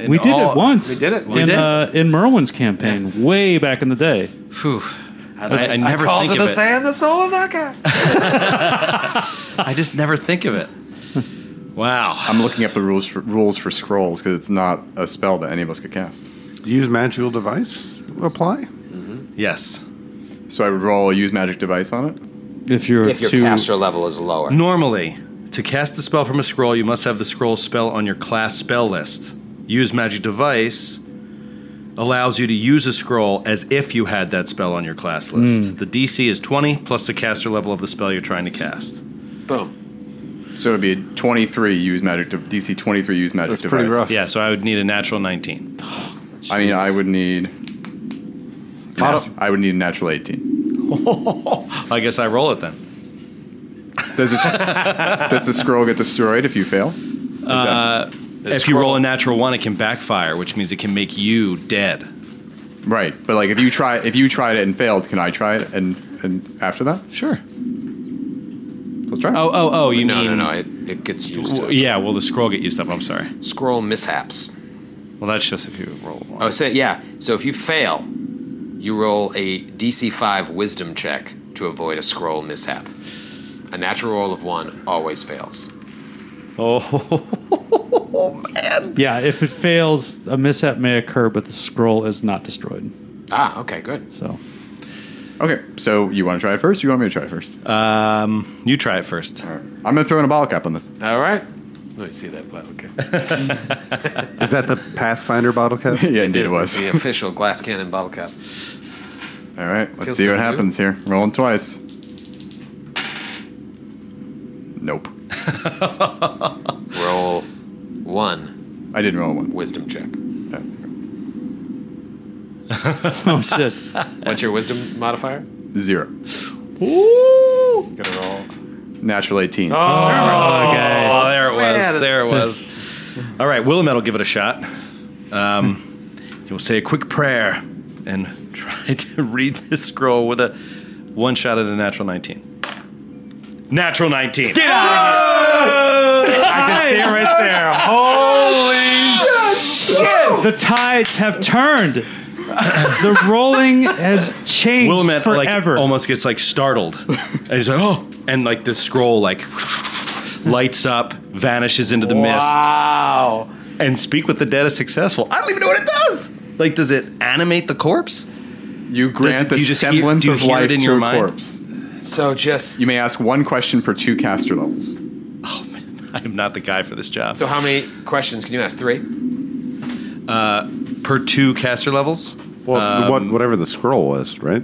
H: In
E: we did
H: all-
E: it once.
H: We did it.
E: in, Uh, in Merwin's campaign, way back in the day.
H: Phew. I, I never think of it.
N: sand the soul of that guy.
H: I just never think of it. Wow.
I: I'm looking up the rules for, rules for scrolls because it's not a spell that any of us could cast.
B: Use magical device apply?
H: Yes.
I: So I would roll a use magic device on it.
E: If you're
I: If your to- caster
F: level is lower.
H: Normally, to cast a spell from a scroll, you must have the scroll spell on your class spell list. Use magic device allows you to use a scroll as if you had that spell on your class list.
I: Mm.
H: The DC is 20 plus the caster level of the spell you're trying to cast.
F: Boom.
I: So it'd be a 23 use magic de- DC 23 use magic
H: That's
I: device.
H: pretty rough. Yeah, so I would need a natural 19.
I: I mean, I would need. I would need a natural 18.
H: I guess I roll it then.
I: Does this, does the scroll get destroyed if you fail?
H: Uh,
I: The
H: if you
I: scroll-
H: roll a natural one, it can backfire, which means it can make you dead.
I: Right, but like if you try if you tried it and failed, can I try it and and after that?
H: Sure.
I: Let's try.
H: Oh, oh, oh! You
I: No,
H: mean
I: no, no,
F: It, it gets used.
H: W-
F: up.
H: yeah, well, the scroll get used up. I'm sorry.
F: Scroll mishaps.
H: Well, that's just if you roll one.
F: Oh, so yeah. So if you fail, you roll a DC five Wisdom check to avoid a scroll mishap. A natural roll of one always fails.
H: Oh,
E: Yeah, if it fails, a mishap may occur, but the scroll is not destroyed.
F: Ah, okay, good.
E: So,
I: Okay, so you want to try it first? Or you want me to try it first?
H: Um, you try it first.
I: right. I'm gonna throw in a bottle cap on this.
F: All right. Let me see that. But okay.
B: Is that the Pathfinder bottle cap?
I: yeah, indeed it was.
F: the official glass cannon bottle cap.
I: All right, let's
F: Kill
I: see what
F: some
I: happens here. Rolling twice. Nope.
F: Roll one.
I: I didn't roll one.
F: Wisdom check.
E: oh shit.
F: What's your wisdom modifier?
I: Zero.
F: Ooh. Gonna roll.
I: Natural 18.
H: Oh,
F: okay.
H: there it
F: Man.
H: was. There it was. All right, Willamette will give it a shot. Um, he will say a quick prayer and try to read this scroll with a one shot at a natural 19. Natural 19. Get
E: I
H: can see it right
E: Holy shit!
H: there.
E: The tides have turned. the rolling has changed
H: Willamette
E: forever.
H: like almost gets like startled, and he's like, "Oh!" And like the scroll like lights up, vanishes into the mist. Wow! And speak with the dead is successful. I don't even know what it does. Like, does it animate the corpse?
I: You grant the semblance of life to a corpse.
F: So just
I: you may ask one question per two caster levels.
H: I am Oh, not the guy for this job.
F: So how many questions can you ask? Three.
H: Uh, per two caster levels.
B: Well, it's the, what, whatever the scroll was, right?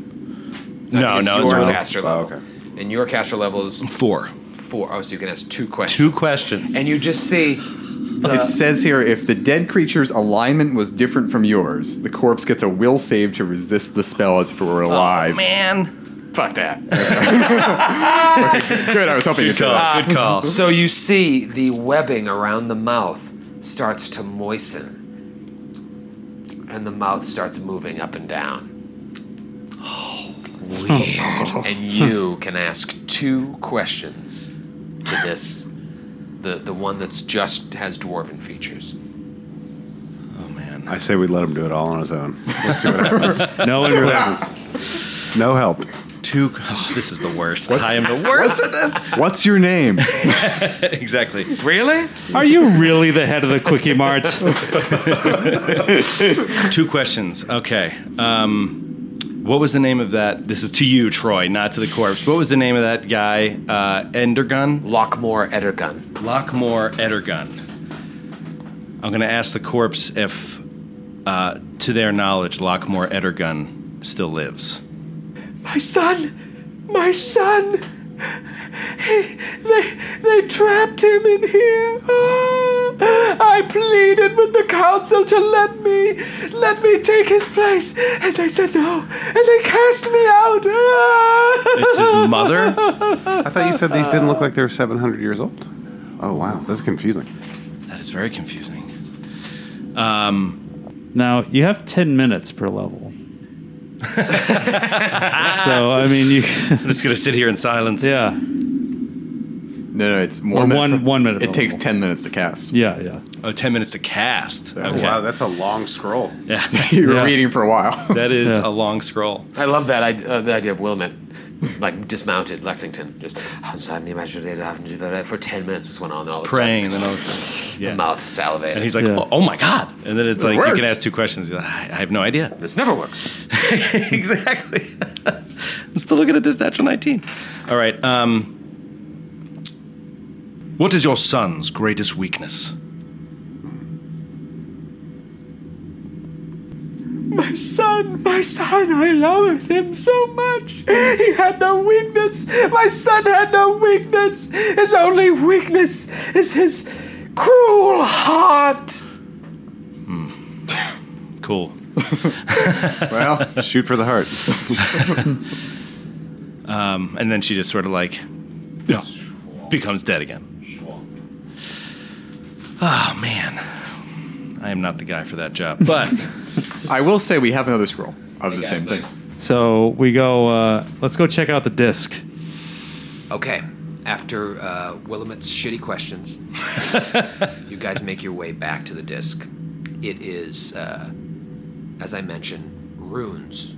H: No,
F: it's
H: no, it's
F: your
H: not.
F: caster level. And your caster level is
H: Four.
F: Four. Oh, so you can ask two questions.
H: Two questions.
F: And you just see.
I: It says here if the dead creature's alignment was different from yours, the corpse gets a will save to resist the spell as if it were alive.
H: man,
F: fuck that.
I: Good, I was hoping uh, you'd say that.
F: So you see the webbing around the mouth starts to moisten, and the mouth starts moving up and down.
H: Oh,
F: Weird. and you can ask two questions to this, the the one that's just has dwarven features.
B: I say we let him do it all on his own. Let's see what happens.
E: No
B: Let's see what
E: input.
B: happens. No help.
H: Two. Oh, this is the worst. I am the
I: worst at this. What's your name?
H: exactly.
F: Really?
E: Are you really the head of the Quickie Mart?
H: Two questions. Okay. Um, what was the name of that? This is to you, Troy, not to the corpse. What was the name of that guy? Uh, Endergun?
F: Lockmore Edergun.
H: Lockmore Edergun. I'm going to ask the corpse if, uh, to their knowledge, Lockmore Edergun still lives.
N: My son, my son. He, they they trapped him in here. Ah,
E: I pleaded with the council to let me, let me take his place, and they said no, and they cast me out. Ah.
B: It's his mother? I thought you said these didn't look like they were 700 years old. Oh, wow. That's confusing.
H: That is very confusing.
O: Um, now you have ten minutes per level. so I mean, you
H: I'm just gonna sit here in silence.
O: Yeah.
I: No, no, it's more
O: Or
I: minute
O: one-
I: per-
O: one minute
I: It
O: per
I: takes
O: level.
I: ten minutes to cast.
O: Yeah, yeah.
H: Oh, 10 minutes to cast.
I: Oh,
H: okay.
I: wow,
B: that's a long scroll.
H: Yeah.
I: You were reading for a while.
H: That is
I: Yeah.
H: a long scroll.
F: I love that I, uh, the idea of Willamette, like dismounted Lexington, just suddenly imagined it happened but for ten minutes. This went on, and all of a
H: Praying,
F: sudden,
H: and then all of a sudden, yeah.
F: the mouth salivated,
H: And he's like, oh, oh my God. And then it's
F: It
H: like, you
F: worked.
H: can ask two questions. You're like, I I have no idea. This
F: never works.
H: exactly. I'm still looking at this natural 19. All right. Um, what is your son's greatest weakness?
E: My son, my son, I loved him so much. He had no weakness. My son had no weakness. His only weakness is his cruel heart.
H: Cool.
B: well, shoot for the heart.
H: um, and then she just sort of like yeah, becomes dead again. Oh, man. I am not the guy for that job. But
I: I will say we have another scroll of the
H: guess
I: same thing.
O: So we go. Uh, let's go check out the disc.
F: Okay. After uh, Willamette's shitty questions, you guys make your way back to the disc. It is, uh, as I mentioned, runes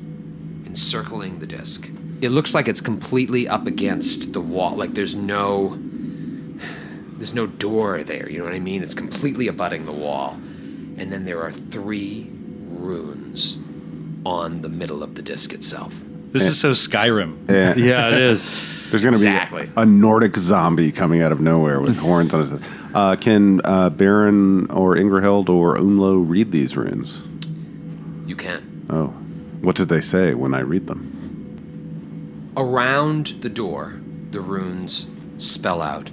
F: encircling the disc. It looks like it's completely up against the wall. Like there's no, there's no door there. You know what I mean? It's completely abutting the wall, and then there are three runes on the middle of the disc itself.
H: this is so Skyrim.
O: is.
B: There's going to be
F: Exactly.
B: a Nordic zombie coming out of nowhere with horns on his head. Uh, can uh, Baron or Ingerhild or Umlo read these runes?
F: You can.
B: Oh, what did they say when I read them?
F: Around the door, the runes spell out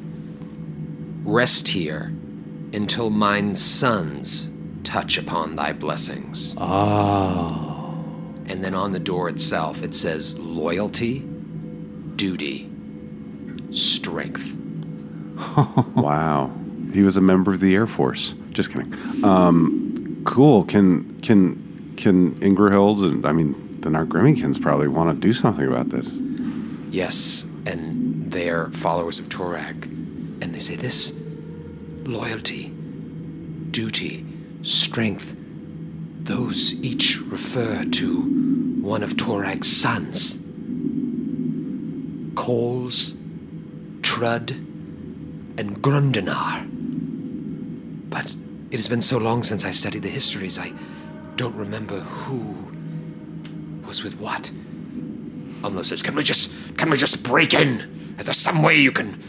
F: Rest here until mine sons touch upon thy blessings.
O: Oh.
F: And then on the door itself, it says loyalty, duty, strength.
B: wow, he was a member of the Air Force. Just kidding. Um, cool. Can can can Ingerhild and I mean the Nargrimikins probably want to do something about this.
F: Yes, and they are followers of Torag. And they say this loyalty, duty, strength. Those each refer to one of Torag's sons. Coles, Trud, and Grundenar. But it has been so long since I studied the histories, I don't remember who was with what. Umlo says, Can we just can we just break in? Is there some way you can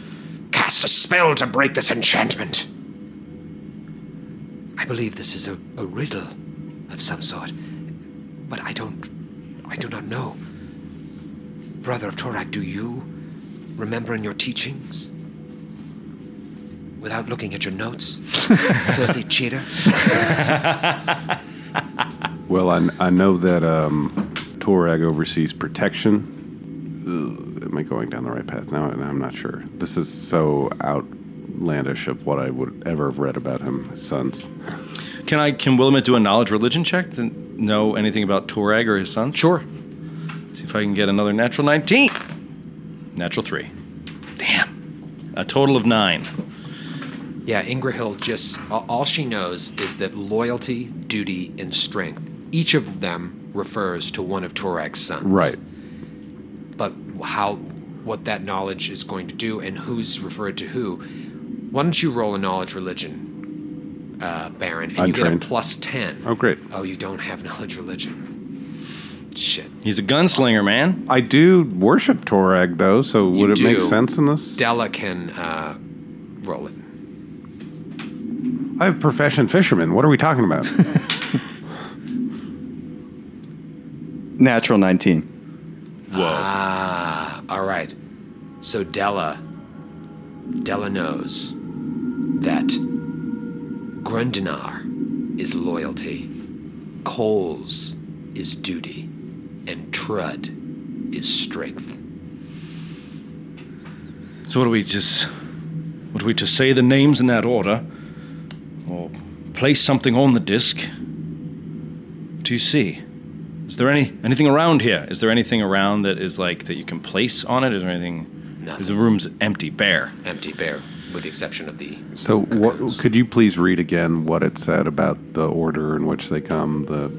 F: cast a spell to break this enchantment? I believe this is a, a riddle of some sort. But I don't I do not know. Brother of Torak, do you remember in your teachings? Without looking at your notes? filthy cheater?
B: Well, I, I know that um, Torag oversees protection. Ugh, am I going down the right path now? And I'm not sure. This is so outlandish of what I would ever have read about him, his sons.
H: Can I? Can Willamette do a knowledge religion check to know anything about Torag or his son? Sure. See if I can get another natural nineteen. Natural three. Damn. A total of nine.
F: Yeah, Ingrahill just a- all she knows is that loyalty, duty, and strength. Each of them refers to one of Torak's sons.
B: Right.
F: But how, what that knowledge is going to do, and who's referred to who? Why don't you roll a knowledge religion, uh, Baron? And you
H: Untrained.
F: get a plus ten.
H: Oh, great.
F: Oh, you don't have knowledge religion. Shit.
H: He's a gunslinger, man.
B: I do worship Torag, though, so would it make
F: do.
B: sense in this?
F: Della can uh, roll it.
B: I have profession fisherman. What are we talking about?
I: Natural nineteen.
F: Whoa. Ah, all right. So Della, Della knows that Grundinar is loyalty, Coles is duty, and Trud is strength.
H: So what do we just what do we just say the names in that order? Or place something on the disc? What do you see? Is there any anything around here? Is there anything around that is like that you can place on it? Is there anything
F: Nothing.
H: the room's empty, bare.
F: Empty bear, with the exception of the.
B: So, what, could you please read again what it said about the order in which they come? The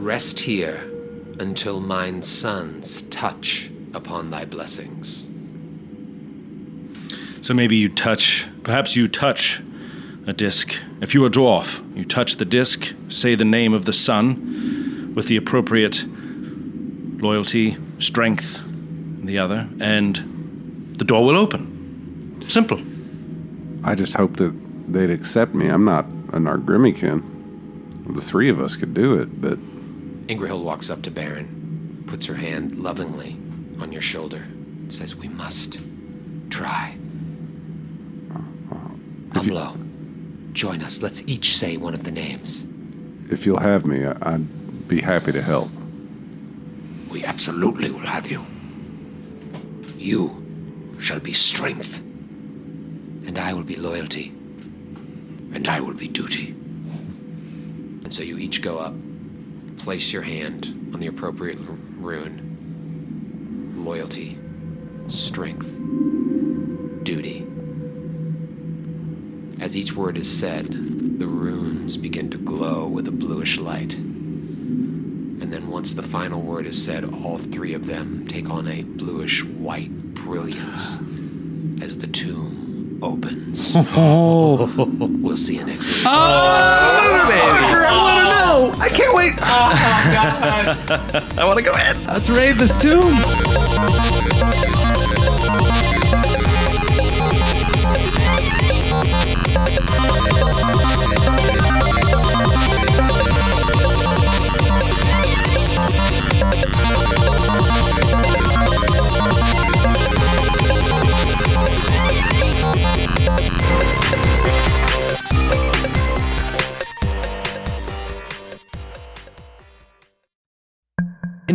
F: Rest here until mine sons touch upon thy blessings.
H: So maybe you touch, perhaps you touch a disc. If you're a dwarf, you touch the disc, say the name of the sun with the appropriate loyalty, strength, and the other, and the door will open. Simple.
B: I just hope that they'd accept me. I'm not a Nargrimmican. The three of us could do it, but
F: Ingrahill walks up to Baron, puts her hand lovingly on your shoulder, and says, We must try. Umlo, join us. Let's each say one of the names.
B: if you'll have me, I- I'd be happy to help.
P: We absolutely will have you.
F: You shall be strength, and I will be loyalty, and I will be duty. And so you each go up, place your hand on the appropriate l- rune loyalty, strength, duty. As each word is said, the runes begin to glow with a bluish light. And then once the final word is said, all three of them take on a bluish white brilliance as the tomb opens.
C: Oh.
F: We'll see you next week.
Q: Ah!
C: I
P: want to know. I can't wait.
C: I want to go in.
E: Let's raid this tomb.
Q: In